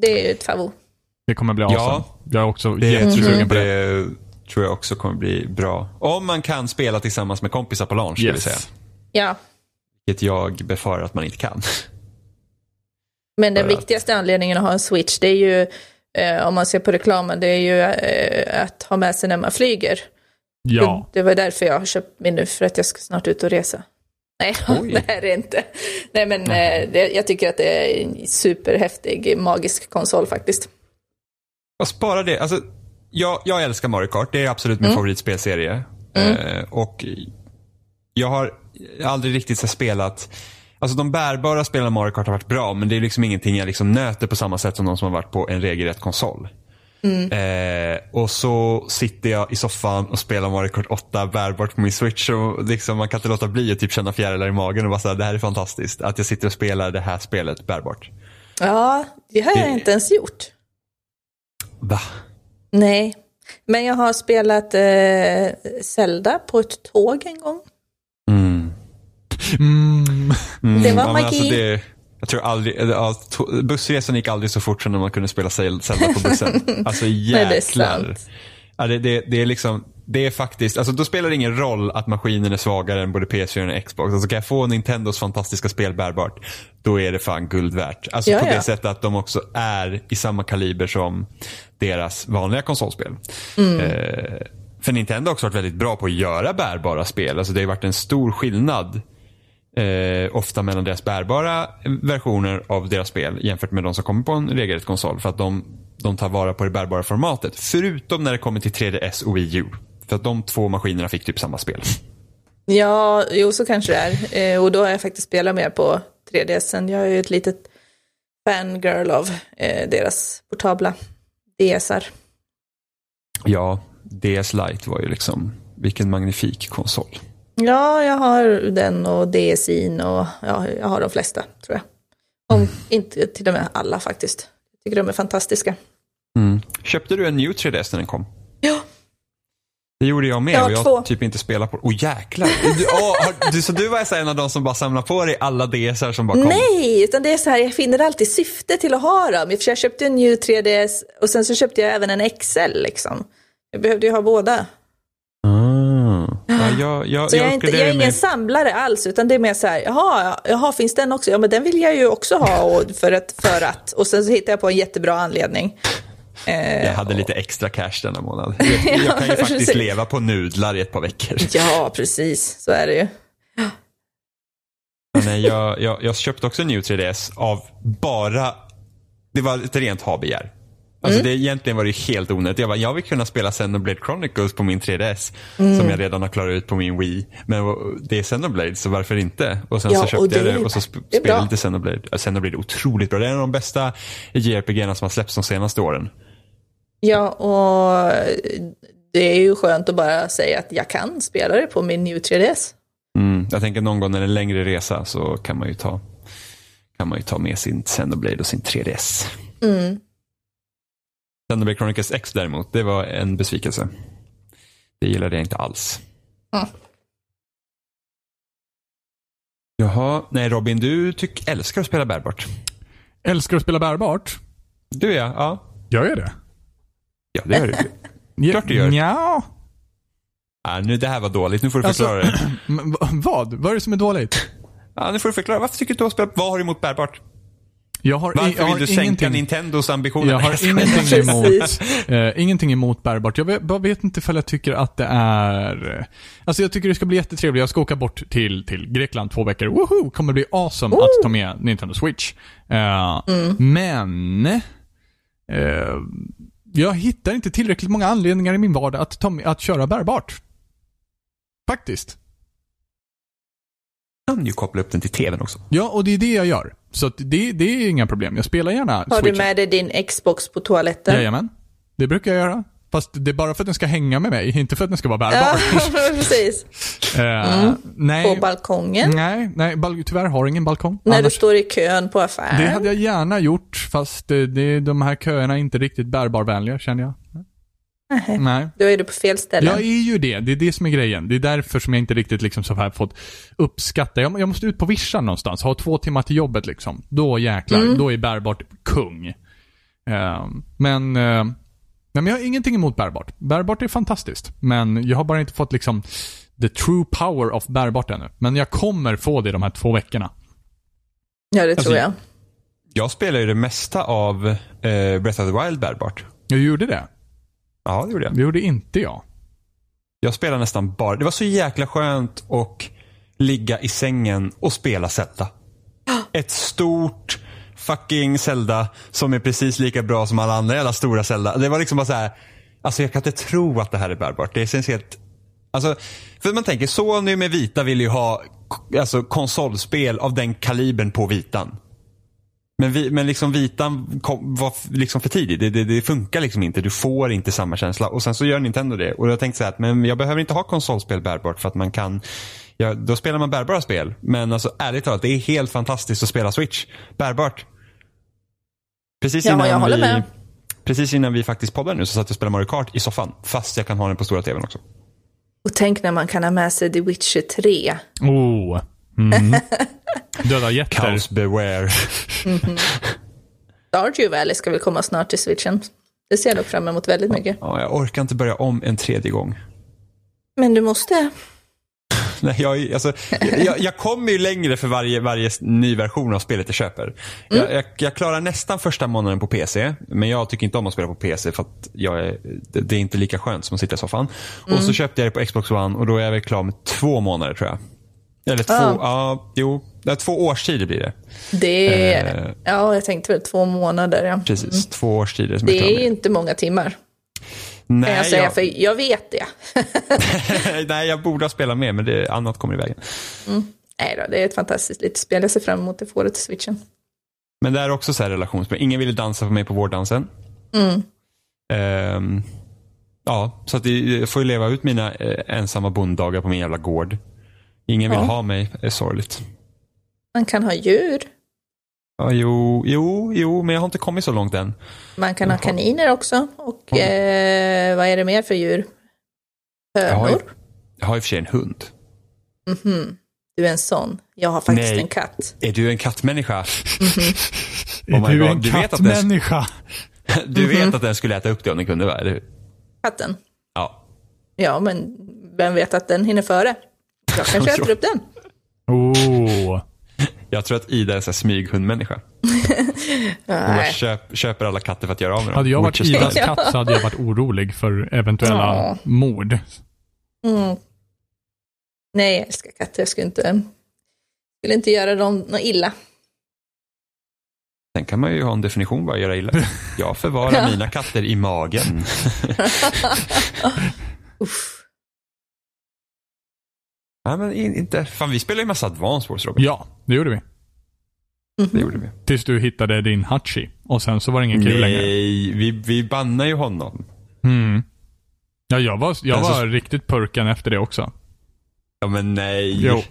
Speaker 2: Det är ju ett favorit.
Speaker 3: Det kommer bli
Speaker 1: Ja.
Speaker 3: awesome. Jag är också
Speaker 1: Det
Speaker 2: Mm.
Speaker 3: jättesugen på det.
Speaker 1: Det tror jag också kommer bli bra. Om man kan spela tillsammans med kompisar på launch, det vill säga.
Speaker 3: Yes.
Speaker 2: Ja,
Speaker 1: Vilket jag befarar att man inte kan.
Speaker 2: men den
Speaker 1: Ja, ja.
Speaker 2: viktigaste anledningen att ha en Switch, det är ju, eh, om man ser på reklamen, det är ju eh, att ha med sig när man flyger.
Speaker 3: Ja.
Speaker 2: Det var därför jag har köpt min nu, för att jag ska snart ut och resa. Nej,
Speaker 1: Oj.
Speaker 2: det är det inte. Nej, men eh, det, jag tycker att det är en superhäftig, magisk konsol faktiskt.
Speaker 1: Vad sparar det? Alltså, jag, jag älskar Mario Kart. Det är absolut min favoritspelserie. Eh, och jag har aldrig riktigt så spelat... Alltså de bärbara spelen av Mario Kart har varit bra, men det är liksom ingenting jag liksom nöter på samma sätt som de som har varit på en regelrätt konsol. Eh, och så sitter jag i soffan och spelar Mario Kart 8 bärbart på min switch. Och liksom, man kan inte låta bli att typ känna fjärilar i magen och bara såhär, det här är fantastiskt. Att jag sitter och spelar det här spelet bärbart.
Speaker 2: Ja, det har jag
Speaker 1: Det-
Speaker 2: inte ens gjort.
Speaker 1: Va?
Speaker 2: Nej, men jag har spelat eh, Zelda på ett tåg en gång.
Speaker 3: Mm.
Speaker 2: Det var
Speaker 1: Ja, men
Speaker 2: magi.
Speaker 1: alltså det, jag tror aldrig, eller, ja, to- bussresan gick aldrig så fort som när man kunde spela Zel- Zelda på bussen. Alltså jäklar.
Speaker 2: det är sant.
Speaker 1: Ja, det, det, det är liksom, det är faktiskt, alltså då spelar det ingen roll att maskinen är svagare än både PS4 och Xbox. Alltså kan jag få Nintendos fantastiska spel bärbart, då är det fan guld värt. Alltså
Speaker 2: Ja,
Speaker 1: på
Speaker 2: ja.
Speaker 1: det sättet att de också är i samma kaliber som deras vanliga konsolspel. Eh, för Nintendo har också varit väldigt bra på att göra bärbara spel. Alltså det har ju varit en stor skillnad eh, ofta mellan deras bärbara versioner av deras spel jämfört med de som kommer på en regelrätt konsol. För att de, de tar vara på det bärbara formatet. Förutom när det kommer till 3DS och Wii U. För att de två maskinerna fick typ samma spel.
Speaker 2: Ja, jo så kanske det är. Eh, och då har jag faktiskt spelat mer på 3DSen. Jag är ju ett litet fangirl av eh, deras portabla DSR.
Speaker 1: Ja, DS Lite var ju liksom, vilken magnifik konsol.
Speaker 2: Ja, jag har den och DSI'n och ja, jag har de flesta tror jag. Om inte till och med alla faktiskt. Jag tycker de är fantastiska.
Speaker 1: Mm. Köpte du en ny 3DS när den kom?
Speaker 2: Ja,
Speaker 1: Det gjorde jag med
Speaker 2: Jag har
Speaker 1: och jag
Speaker 2: två.
Speaker 1: typ inte spelar på Åh jäklar. Du, åh, har, du, så du var så här en av de som bara samlar på dig alla DSR som bara kom?
Speaker 2: Nej, utan det är så här, jag finner alltid syfte till att ha dem. Jag köpte en New 3DS och sen så köpte jag även en XL liksom. Jag behövde ju ha båda.
Speaker 1: Ah. Ja, jag, jag,
Speaker 2: Så jag, är inte, jag
Speaker 1: uppgraderade
Speaker 2: är ingen
Speaker 1: mig-
Speaker 2: samlare alls, utan det är mer så här, jaha, jaha, finns den också? Ja, men den vill jag ju också ha och för, att, för att. Och sen så hittar jag på en jättebra anledning. Eh,
Speaker 1: Jag hade lite extra cash denna månad. Jag, jag kan ju faktiskt
Speaker 2: precis.
Speaker 1: leva på nudlar i ett par veckor.
Speaker 2: Ja, precis, så är det ju.
Speaker 1: Men nej, jag, jag, jag köpte också en ny 3DS av bara, det var ett rent ha-begär. Alltså
Speaker 2: Mm.
Speaker 1: det, egentligen var det ju helt onödigt. Jag, bara, jag vill kunna spela Xenoblade Chronicles på min 3DS
Speaker 2: Mm.
Speaker 1: som jag redan har klarat ut på min Wii. Men eh, det är Xenoblade så varför inte? Och sen
Speaker 2: Ja,
Speaker 1: så köpte
Speaker 2: och det
Speaker 1: jag
Speaker 2: är
Speaker 1: det
Speaker 2: ju
Speaker 1: och så
Speaker 2: bra.
Speaker 1: sp-
Speaker 2: Det är
Speaker 1: spelade
Speaker 2: bra.
Speaker 1: lite Xenoblade. Ja, Xenoblade är otroligt bra. Det är en av de bästa JRPG-erna som har släppts de senaste åren.
Speaker 2: Ja, och det är ju skönt att bara säga att jag kan spela det på min New 3DS.
Speaker 1: Mm, jag tänker någon gång när det är en längre resa så kan man ju ta, kan man ju ta med sin Xenoblade och sin 3DS.
Speaker 2: Mm.
Speaker 1: Xenoblade Chronicles X däremot, det var en besvikelse. Det gillade jag inte alls.
Speaker 2: Mm.
Speaker 1: Jaha, nej Robin, du tyck, älskar att spela bärbart.
Speaker 3: Älskar att spela bärbart?
Speaker 1: Du ja, ja.
Speaker 3: Gör jag det?
Speaker 1: Ja, det gör du.
Speaker 3: Ja,
Speaker 1: Klart du gör.
Speaker 3: Nja.
Speaker 1: Ah, nu, det här var dåligt, nu får du
Speaker 3: Alltså-
Speaker 1: förklara det.
Speaker 3: Men v- Vad? Vad är det som är dåligt?
Speaker 1: Ah, nu får du förklara, varför tycker du att spela, vad har du emot bärbart?
Speaker 3: Jag har, i-
Speaker 1: Varför
Speaker 3: jag har
Speaker 1: vill du sänka
Speaker 3: ingenting,
Speaker 1: Nintendos ambitioner?
Speaker 3: Jag
Speaker 1: Nej,
Speaker 3: har
Speaker 1: skojar.
Speaker 3: ingenting emot,
Speaker 2: Precis.
Speaker 3: eh, ingenting emot bärbart. Jag vet, bara vet inte ifall jag tycker att det är... eh, Alltså jag tycker det ska bli jättetrevligt. Jag ska åka bort till, till Grekland två veckor. Woho! Kommer bli awesome att ta med Nintendo Switch. Eh,
Speaker 2: Mm.
Speaker 3: Men... Eh, jag hittar inte tillräckligt många anledningar i min vardag att, ta med, att köra bärbart. Faktiskt.
Speaker 1: Du kan ju koppla upp den till tvn också.
Speaker 3: Ja, och det är det jag gör. Så att det, det är inga problem. Jag spelar gärna
Speaker 2: Har du
Speaker 3: Switchen.
Speaker 2: med dig din Xbox på toaletten?
Speaker 3: Jajamän. Det brukar jag göra. Fast det är bara för att den ska hänga med mig, inte för att den ska vara
Speaker 2: Ja,
Speaker 3: bärbar.
Speaker 2: precis.
Speaker 3: Eh,
Speaker 2: Mm. På
Speaker 3: nej,
Speaker 2: balkongen.
Speaker 3: nej, nej, bal- tyvärr har jag ingen balkong.
Speaker 2: När du
Speaker 3: Annars,
Speaker 2: står i kön på
Speaker 3: det
Speaker 2: affären.
Speaker 3: hade jag gärna gjort, fast det, det, de här köerna är inte riktigt bärbarvänliga känner jag. Nej.
Speaker 2: Då är du på fel ställe.
Speaker 3: Jag är ju det. Det är det som är grejen. Det är därför som jag inte riktigt liksom så här fått uppskatta. Jag, jag måste ut på vischan någonstans. Ha två timmar till jobbet liksom. Då jäklar. Då är bärbart kung. Ehm, men, eh, nej, men jag har ingenting emot bärbart. Bärbart är fantastiskt. Men jag har bara inte fått liksom the true power of bärbart ännu. Men jag kommer få det de här två veckorna.
Speaker 2: Ja, det tror jag.
Speaker 1: Alltså, Jag spelar ju det mesta av eh, Breath of the Wild bärbart.
Speaker 3: Jag gjorde det.
Speaker 1: Ja, det gjorde jag.
Speaker 3: Det gjorde inte jag.
Speaker 1: Jag spelar nästan bara. Det var så jäkla skönt att ligga i sängen och spela Zelda. Ett stort fucking Zelda som är precis lika bra som alla andra jävla stora Zelda. Det var liksom bara så här. Alltså jag kan inte tro att det här är bärbart. Det känns helt... Alltså, för man tänker, Sony med vita vill ju ha k- alltså, konsolspel av den kalibern på vitan. Men, vi, men liksom vitan kom, var f- liksom för tidig. Det, det, det funkar liksom inte. Du får inte samma känsla. Och sen så gör Nintendo det. Och jag tänkte så här att men jag behöver inte ha konsolspel bärbart för att man kan ja, då spelar man bärbara spel. Men alltså ärligt talat, det är helt fantastiskt att spela Switch bärbart. Precis
Speaker 2: Ja,
Speaker 1: innan
Speaker 2: jag håller
Speaker 1: vi,
Speaker 2: med.
Speaker 1: Precis innan vi faktiskt poddar nu så satt jag och spelade Mario Kart i soffan. Fast jag kan ha den på stora tvn också.
Speaker 2: Och tänk när man kan ha med sig The Witcher 3.
Speaker 3: Oh. Mm. Döda jätter.
Speaker 1: House beware.
Speaker 2: Stardew Valley ska väl komma snart till switchen. Det ser jag dock fram emot väldigt mycket.
Speaker 1: Ja, jag orkar inte börja om en tredje gång.
Speaker 2: Men du måste.
Speaker 1: Nej, jag, är- alltså, jag, jag kommer ju längre för varje, varje ny version av spelet jag köper.
Speaker 2: Mm.
Speaker 1: Jag, jag, jag klarar nästan första månaden på PC, men jag tycker inte om att spela på PC för att jag är, det, det är inte lika skönt som att sitta i soffan. Och
Speaker 2: Mm.
Speaker 1: så köpte jag det på Xbox One och då är jag väl klar med två månader tror jag. Eller två,
Speaker 2: Ah.
Speaker 1: ja, jo, det är två årstider blir det.
Speaker 2: Det är,
Speaker 1: Eh.
Speaker 2: ja, jag tänkte väl två månader. Ja.
Speaker 1: Precis, två årstider som jag
Speaker 2: Mm. Det
Speaker 1: klarar
Speaker 2: är
Speaker 1: mig.
Speaker 2: ju inte många timmar.
Speaker 1: Nej,
Speaker 2: Kan jag säga, för jag vet det.
Speaker 1: nej, jag borde ha spelat med men det, annat kommer i vägen.
Speaker 2: Nej då, det är ett fantastiskt litet spel. Jag ser fram emot att få det till switchen.
Speaker 1: Men det är också så här relationsspel. Ingen ville dansa för mig på vårdansen.
Speaker 2: Mm.
Speaker 1: Ehm, ja, så att jag får ju leva ut mina eh, ensamma bonddagar på min jävla gård. Ingen vill
Speaker 2: Ja.
Speaker 1: ha mig, det är sorgligt.
Speaker 2: Man kan ha djur,
Speaker 1: Ja, jo, jo, jo, men jag har inte kommit så långt än.
Speaker 2: man kan ha kaniner också. Och eh, vad är det mer för djur?
Speaker 1: Jag har, ju,
Speaker 2: Hönor. Mhm.
Speaker 1: jag har i och för sig en hund.
Speaker 2: Du är en sån. Jag har faktiskt
Speaker 1: Nej.
Speaker 2: en katt.
Speaker 1: Är du en kattmänniska?
Speaker 3: Är
Speaker 1: Oh my
Speaker 3: Mm-hmm. du
Speaker 1: God,
Speaker 3: en
Speaker 1: du vet att den-
Speaker 3: kattmänniska?
Speaker 2: Mhm.
Speaker 1: Du vet att den skulle äta upp dig om den kunde, va? Eller hur?
Speaker 2: Katten.
Speaker 1: Ja.
Speaker 2: Ja, men vem vet att den hinner före? Jag kanske äter upp den.
Speaker 3: Oh.
Speaker 1: Jag tror att Ida är en sån här smyghundmänniska. Hon bara
Speaker 2: Nej.
Speaker 1: köp, köper alla katter för att göra av med dem.
Speaker 3: Hade jag varit
Speaker 1: Witcher-style.
Speaker 3: Idas katt så hade jag varit orolig för eventuella
Speaker 2: Ja.
Speaker 3: mord.
Speaker 2: Mm. Nej, jag älskar katter. Jag skulle inte, skulle inte göra dem något illa.
Speaker 1: Sen kan man ju ha en definition vad göra illa. Jag förvarar mina katter i
Speaker 3: Mm.
Speaker 1: magen.
Speaker 2: Uff.
Speaker 1: Nej men in, inte. Fan vi spelade ju massa Advance Wars Robin.
Speaker 3: Ja, det gjorde vi.
Speaker 1: Det gjorde vi.
Speaker 3: Tills du hittade din Hachi. Och sen så var det ingen kul längre.
Speaker 1: Nej, vi, vi bannar ju honom.
Speaker 3: Mm. Ja, jag var, jag
Speaker 1: Men så-
Speaker 3: var riktigt purken efter det också.
Speaker 1: Ja men nej.
Speaker 3: Jo.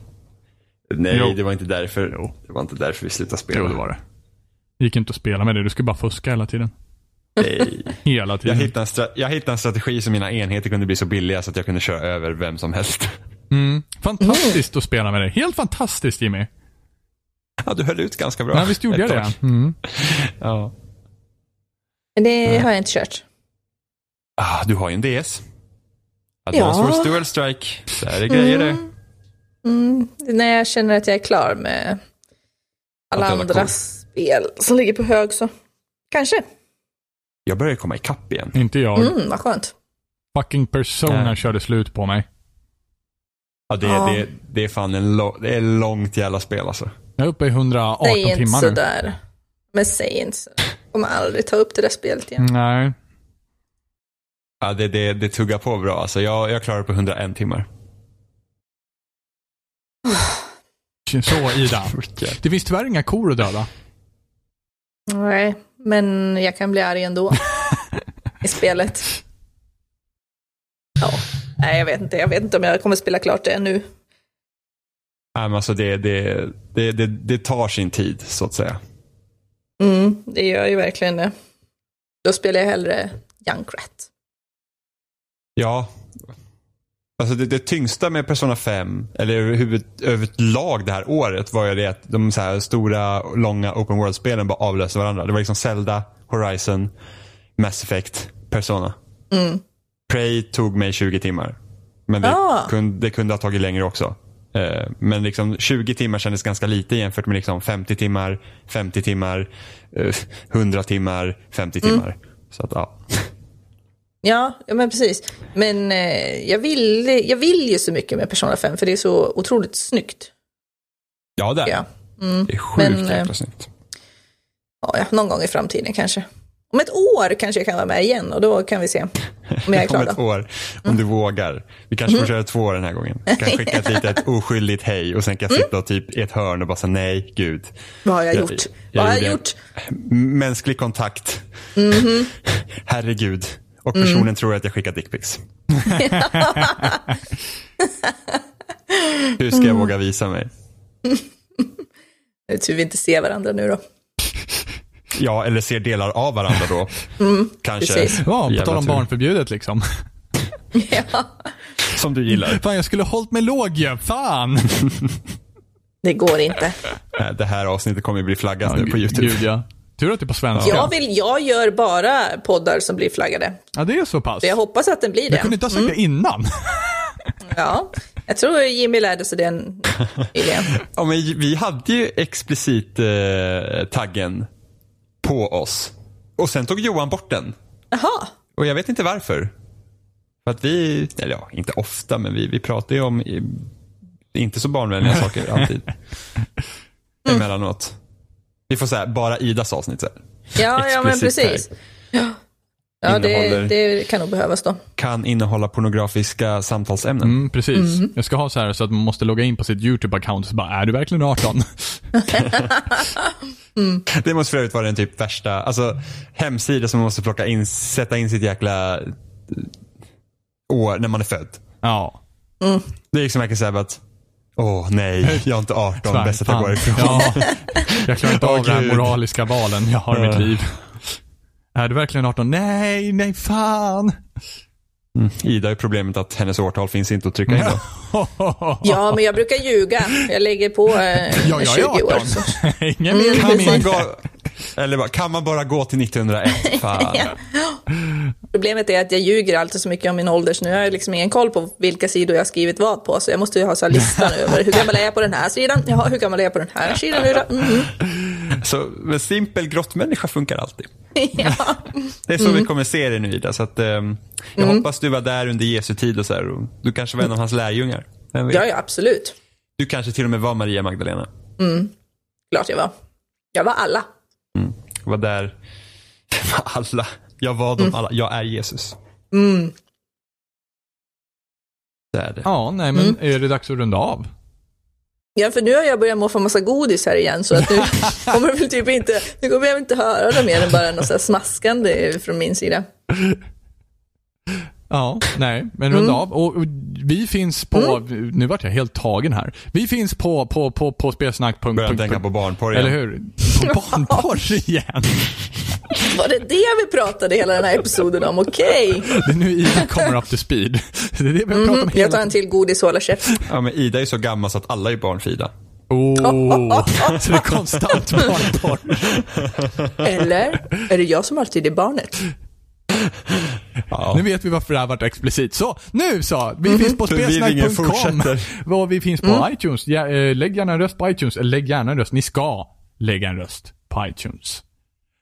Speaker 1: Nej
Speaker 3: Jo.
Speaker 1: det var inte därför. Det var inte därför vi slutade spela.
Speaker 3: Jo, det var det. Gick inte att spela med det. Du skulle bara fuska hela tiden.
Speaker 1: Nej.
Speaker 3: Hela
Speaker 1: Jag
Speaker 3: tiden.
Speaker 1: hittade, en stra- jag hittade en strategi så mina enheter kunde bli så billiga så att jag kunde köra över vem som helst.
Speaker 3: Mm. Fantastiskt att spela med dig. Helt fantastiskt Jimmy.
Speaker 1: Ja du höll ut ganska bra.
Speaker 3: Ja, visst gjorde
Speaker 1: Ett
Speaker 3: jag
Speaker 1: tag.
Speaker 3: det? Mm.
Speaker 1: Ja.
Speaker 2: Men det har jag inte kört.
Speaker 1: Ah, du har ju en DS. Advance
Speaker 2: Ja.
Speaker 1: Wars Dual Strike. Där är grejer det.
Speaker 2: Mm, det är när jag känner att jag är klar med alla
Speaker 1: Allt alla
Speaker 2: andra
Speaker 1: kort.
Speaker 2: spel som ligger på hög så kanske.
Speaker 1: Jag börjar komma ikapp igen.
Speaker 3: Inte jag.
Speaker 2: Mm, vad skönt.
Speaker 3: Fucking Persona
Speaker 1: Nej.
Speaker 3: körde slut på mig.
Speaker 1: Ja, det,
Speaker 2: Ja.
Speaker 1: Det, det är fan en lo- det är långt jävla spel alltså.
Speaker 3: Jag är uppe i 118
Speaker 2: Säg inte
Speaker 3: timmar nu.
Speaker 2: sådär. Men säg inte så. Jag kommer aldrig ta upp det där spelet igen.
Speaker 3: Nej.
Speaker 1: Ja, det, det, det tuggar på bra alltså. Jag, jag klarar det på 101 timmar.
Speaker 3: Så Ida.
Speaker 1: Orkar.
Speaker 3: Det finns tyvärr inga kor att döda. Mm.
Speaker 2: Nej, men jag kan bli arg ändå. I spelet. Ja, nej jag vet inte. Jag vet inte om jag kommer spela klart det nu.
Speaker 1: Ja, men alltså det, det, det, det, det tar sin tid så att säga.
Speaker 2: Mm, det gör ju verkligen det. Då spelar jag hellre Junkrat.
Speaker 1: Ja. Alltså det, det tyngsta med Persona 5, eller överhuvud- överlag det här året var ju det att de så här stora, långa open world-spelen bara avlöste varandra. Det var liksom Zelda, Horizon, Mass Effect, Persona.
Speaker 2: Mm.
Speaker 1: Prey tog mig 20 timmar. Men det,
Speaker 2: Ah.
Speaker 1: kunde, det kunde ha tagit längre också. Eh, Men liksom 20 timmar kändes ganska lite jämfört med liksom 50 timmar, 50 timmar, eh, 100 timmar, 50
Speaker 2: Mm.
Speaker 1: timmar. Så att, ja.
Speaker 2: Ja, ja, men precis. Men eh, jag, vill, jag vill ju så mycket med Persona 5 för det är så otroligt snyggt.
Speaker 1: ja, det är
Speaker 2: Ja.
Speaker 1: det. är sjukt
Speaker 2: Men, eh,
Speaker 1: jäkla snyggt.
Speaker 2: ja, ja, någon gång i framtiden kanske. Om ett år kanske jag kan vara med igen och då kan vi se om jag är
Speaker 1: Om
Speaker 2: klar
Speaker 1: ett
Speaker 2: då.
Speaker 1: år, om du vågar. Vi kanske får köra två år den här gången. Jag kan skicka ett litet oskyldigt hej och sen kan jag sitta och typ i ett hörn och bara säga nej, gud.
Speaker 2: Vad har jag gjort? Vad har jag
Speaker 1: gjorde
Speaker 2: gjort?
Speaker 1: en Mänsklig kontakt. Herregud. Och personen tror att jag skickar dickpics. Hur ska jag våga visa mig?
Speaker 2: Det är tur vi inte ser varandra nu då.
Speaker 1: Ja, eller ser delar av varandra då. Kanske.
Speaker 2: precis.
Speaker 3: Ja, på
Speaker 1: Jävla
Speaker 3: tal om
Speaker 1: tur.
Speaker 3: barnförbjudet liksom.
Speaker 2: Ja,
Speaker 1: Som du gillar.
Speaker 3: Fan, jag skulle hållit mig låg ju. Fan!
Speaker 2: det går inte.
Speaker 1: Nej, Det här avsnittet kommer ju bli flaggat nu på YouTube.
Speaker 3: Gud, ja. Tur att det är på svenska.
Speaker 2: Jag, vill, jag gör bara poddar som blir flaggade.
Speaker 3: Ja, det är så pass.
Speaker 2: Så jag
Speaker 3: Jag
Speaker 2: hoppas att den blir
Speaker 3: kunde
Speaker 2: det.
Speaker 3: inte ha sagt det innan.
Speaker 2: Ja, jag tror Jimmy lärde sig den nyligen.
Speaker 1: Ja, men vi hade ju explicit eh, taggen på oss. Och sen tog Johan bort den.
Speaker 2: Jaha,
Speaker 1: Och jag vet inte varför. För att vi, eller ja, inte ofta, men vi, vi pratar ju om i, inte så barnvänliga saker alltid. Emellanåt. Vi får säga bara Idas avsnitt sen.
Speaker 2: ja, ja men
Speaker 1: Explicit
Speaker 2: precis. Ja, det,
Speaker 1: Innehåller-
Speaker 2: det kan nog behövas då.
Speaker 1: Kan innehålla pornografiska samtalsämnen.
Speaker 3: Mm, precis. Jag ska ha så här så att man måste logga in på sitt YouTube-account och så bara, är du verkligen 18?
Speaker 1: Det måste för övrigt vara den typ värsta, alltså hemsida som man måste plocka in, sätta in sitt jäkla eh, år när man är född.
Speaker 3: ja.
Speaker 1: Det är liksom verkligen såhär att, åh nej, jag är inte 18,
Speaker 3: Tvär,
Speaker 1: bäst att jag
Speaker 3: fan.
Speaker 1: går ifrån.
Speaker 3: Ja, jag klarar inte
Speaker 1: Åh,
Speaker 3: av den här
Speaker 1: Gud.
Speaker 3: moraliska valen jag har i
Speaker 1: Eh.
Speaker 3: mitt liv. Är du verkligen 18? Nej, nej fan.
Speaker 1: Ida är problemet att hennes årtal finns inte att trycka in då.
Speaker 2: Ja, men jag brukar ljuga. Jag lägger på eh,
Speaker 3: Ja, jag
Speaker 2: 20
Speaker 3: är
Speaker 2: år.
Speaker 3: 18.
Speaker 2: Så.
Speaker 3: Ingen vill
Speaker 1: Kan man,
Speaker 3: mm,
Speaker 1: gå, eller bara, kan man bara gå till 1901? Fan.
Speaker 2: Problemet är att jag ljuger alltid så mycket om min ålder så nu har jag liksom ingen koll på vilka sidor jag har skrivit vad på. Så jag måste ju ha så här listan över hur gammal är jag på den här sidan? Jaha, hur gammal är jag på den här sidan? nu då? Mm.
Speaker 1: Så en simpel grottmänniska funkar alltid.
Speaker 2: Ja.
Speaker 1: Det är så vi kommer se det nu Ida. Så att, ehm, jag hoppas du var där under Jesu tid och så här. Och du kanske var en av hans lärjungar. Vem vet?
Speaker 2: ja, ja, absolut.
Speaker 1: Du kanske till och med var Maria Magdalena.
Speaker 2: Klart jag var. Jag var alla.
Speaker 1: Jag var där. Jag var alla. Jag var dem alla. Jag är Jesus.
Speaker 2: Mm.
Speaker 1: Det är det.
Speaker 3: Ja, nej men är det dags att runda av?
Speaker 2: Ja, för nu har jag börjat moffa massa godis här igen så att nu kommer jag väl typ inte, nu kommer jag väl inte höra det mer än bara något så här smaskande från min sida.
Speaker 3: Ja, nej, men
Speaker 2: Mm.
Speaker 3: runda av. Och, och vi finns på, nu vart jag helt tagen här. Vi finns på, på, på, på spelsnack.
Speaker 1: Börjar tänka på barnporr igen.
Speaker 3: Eller hur? På barnporr igen.
Speaker 2: Var det det vi pratade hela den här episoden om? Okej.
Speaker 3: Det är nu Ida kommer up to speed. Det är det vi pratar om hela
Speaker 2: Mm-hmm. Jag tar en till godis och håller käft.
Speaker 1: Ja, men Ida är så gammal så att alla är barn för Ida.
Speaker 3: Oh, så det är konstant barnporr.
Speaker 2: Eller är det jag som alltid är barnet?
Speaker 1: Ja.
Speaker 3: Nu vet vi varför det här varit explicit. Så, nu så! Vi finns på
Speaker 1: Förvirringen
Speaker 3: spelsnack.com.
Speaker 1: fortsätter.
Speaker 3: Vad vi finns på iTunes. Ja, eh, lägg gärna en röst på iTunes. Eller lägg gärna en röst. Ni ska lägga en röst på iTunes.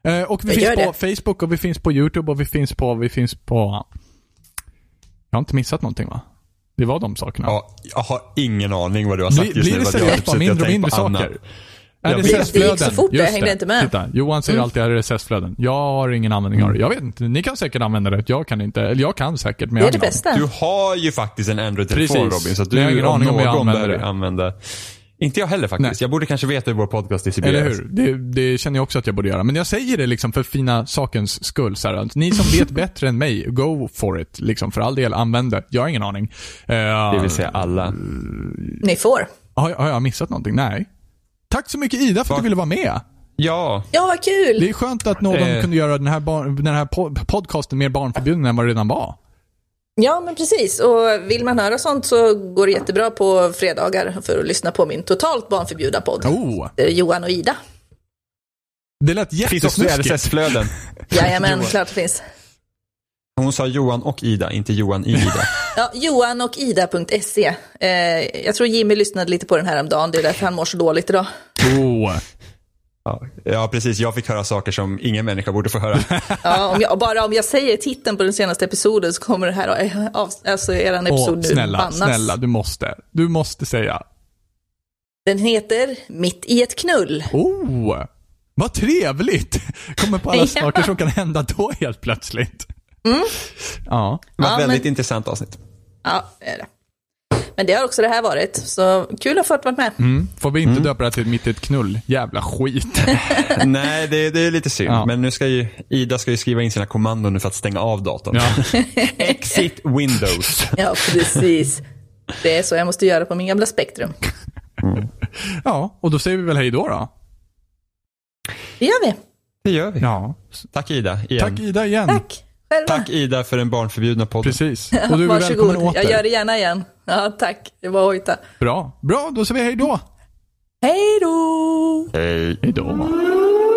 Speaker 3: Eh, och vi
Speaker 2: Jag
Speaker 3: finns
Speaker 2: gör
Speaker 3: på Facebook och vi finns på YouTube och vi finns på, vi finns på... Jag har inte missat någonting va? Det var de sakerna.
Speaker 1: Ja, jag har ingen aning vad du har sagt
Speaker 3: Blir-
Speaker 1: just
Speaker 3: blir
Speaker 1: nu.
Speaker 3: det
Speaker 1: vad du har
Speaker 3: seriöst
Speaker 1: typ suttit
Speaker 3: bara
Speaker 1: och
Speaker 3: mindre och
Speaker 1: tänkt
Speaker 3: mindre
Speaker 1: på annat.
Speaker 3: saker? Är
Speaker 1: vet.
Speaker 3: det
Speaker 2: Det gick så fort, jag
Speaker 3: Just
Speaker 2: hängde
Speaker 3: det.
Speaker 2: inte med.
Speaker 3: Titta, Johan säger alltid RSS-flöden. Jag har ingen användning av det. Jag vet inte, ni kan säkert använda det. Jag kan inte. Eller jag kan säkert, men
Speaker 2: Det
Speaker 3: jag
Speaker 2: är det
Speaker 3: har ingen
Speaker 2: bästa.
Speaker 1: Du har ju faktiskt en Android-telefon
Speaker 3: Precis.
Speaker 1: Robin, så att du
Speaker 3: Jag har ingen aning om jag
Speaker 1: någon
Speaker 3: använder
Speaker 1: behöver
Speaker 3: det.
Speaker 1: använda. Inte jag heller faktiskt.
Speaker 3: Nej.
Speaker 1: Jag borde kanske veta hur vår podcast distribueras.
Speaker 3: Eller hur? Det, det känner jag också att jag borde göra. Men jag säger det liksom för fina sakens skull. Så här, att ni som vet bättre än mig, go for it. Liksom, för all del, använd det. Jag har ingen aning. Eh,
Speaker 1: Det vill säga alla.
Speaker 2: Ni får.
Speaker 3: har, jag- har jag missat någonting? Nej. Tack så mycket Ida för att du ville vara med.
Speaker 1: Ja,
Speaker 2: Ja, vad
Speaker 3: Det
Speaker 2: kul!
Speaker 3: är skönt att någon
Speaker 1: Eh.
Speaker 3: kunde göra den här, barn, den här po- podcasten mer barnförbjuden än vad det redan var.
Speaker 2: Ja, men precis. Och vill man höra sånt så går det jättebra på fredagar för att lyssna på min totalt barnförbjudna podd.
Speaker 3: Oh,
Speaker 2: Eh, Johan och Ida.
Speaker 3: det lät
Speaker 1: finns också i
Speaker 3: jättesnuskigt.
Speaker 1: RSS-flöden.
Speaker 2: Jajamän, klart det finns.
Speaker 1: Hon sa Johan och Ida, inte Johan i Ida.
Speaker 2: Ja, Johan och Ida.se. Eh, jag tror Jimmy lyssnade lite på den här om dagen. Det är därför han mår så dåligt idag.
Speaker 3: Oh.
Speaker 1: Ja, ja, precis. Jag fick höra saker som ingen människa borde få höra.
Speaker 2: Ja, om jag, bara om jag säger titeln på den senaste episoden så kommer det här att- av, alltså er episod
Speaker 3: Åh,
Speaker 2: nu
Speaker 3: snälla,
Speaker 2: bannas.
Speaker 3: snälla, du måste. Du måste säga.
Speaker 2: Den heter Mitt i ett knull.
Speaker 3: Oh. Vad trevligt! Kommer på alla
Speaker 2: Ja. Mm.
Speaker 3: saker som kan hända då helt plötsligt. Ja.
Speaker 1: Det var ett
Speaker 2: Ja,
Speaker 1: väldigt
Speaker 2: men-
Speaker 1: intressant avsnitt.
Speaker 2: Ja, det är det. Men det har också det här varit, så kul att ha fått vara med.
Speaker 3: Mm. Får vi inte döpa det här till mitt i ett knull? Jävla skit.
Speaker 1: Nej, det, det är lite synd.
Speaker 3: Ja.
Speaker 1: Men nu ska ju Ida ska ju skriva in sina kommandon nu för att stänga av datorn.
Speaker 3: Ja.
Speaker 1: Exit Windows.
Speaker 2: Ja, precis. Det är så jag måste göra på min gamla Spektrum.
Speaker 3: ja, och då säger vi väl hej då då.
Speaker 2: Det gör
Speaker 3: Mm.
Speaker 2: vi.
Speaker 1: Det gör vi.
Speaker 3: Ja.
Speaker 1: Tack Ida. Igen.
Speaker 3: Tack Ida igen.
Speaker 2: Tack själva.
Speaker 1: Tack Ida för den barnförbjudna podden.
Speaker 3: Precis. Och du är
Speaker 2: Varsågod.
Speaker 3: välkommen åter.
Speaker 2: Jag gör det gärna igen. Ja, tack. Det var hojta.
Speaker 3: Bra. Bra, då säger vi hej då.
Speaker 2: Hej då!
Speaker 1: Hej.
Speaker 3: Hej då.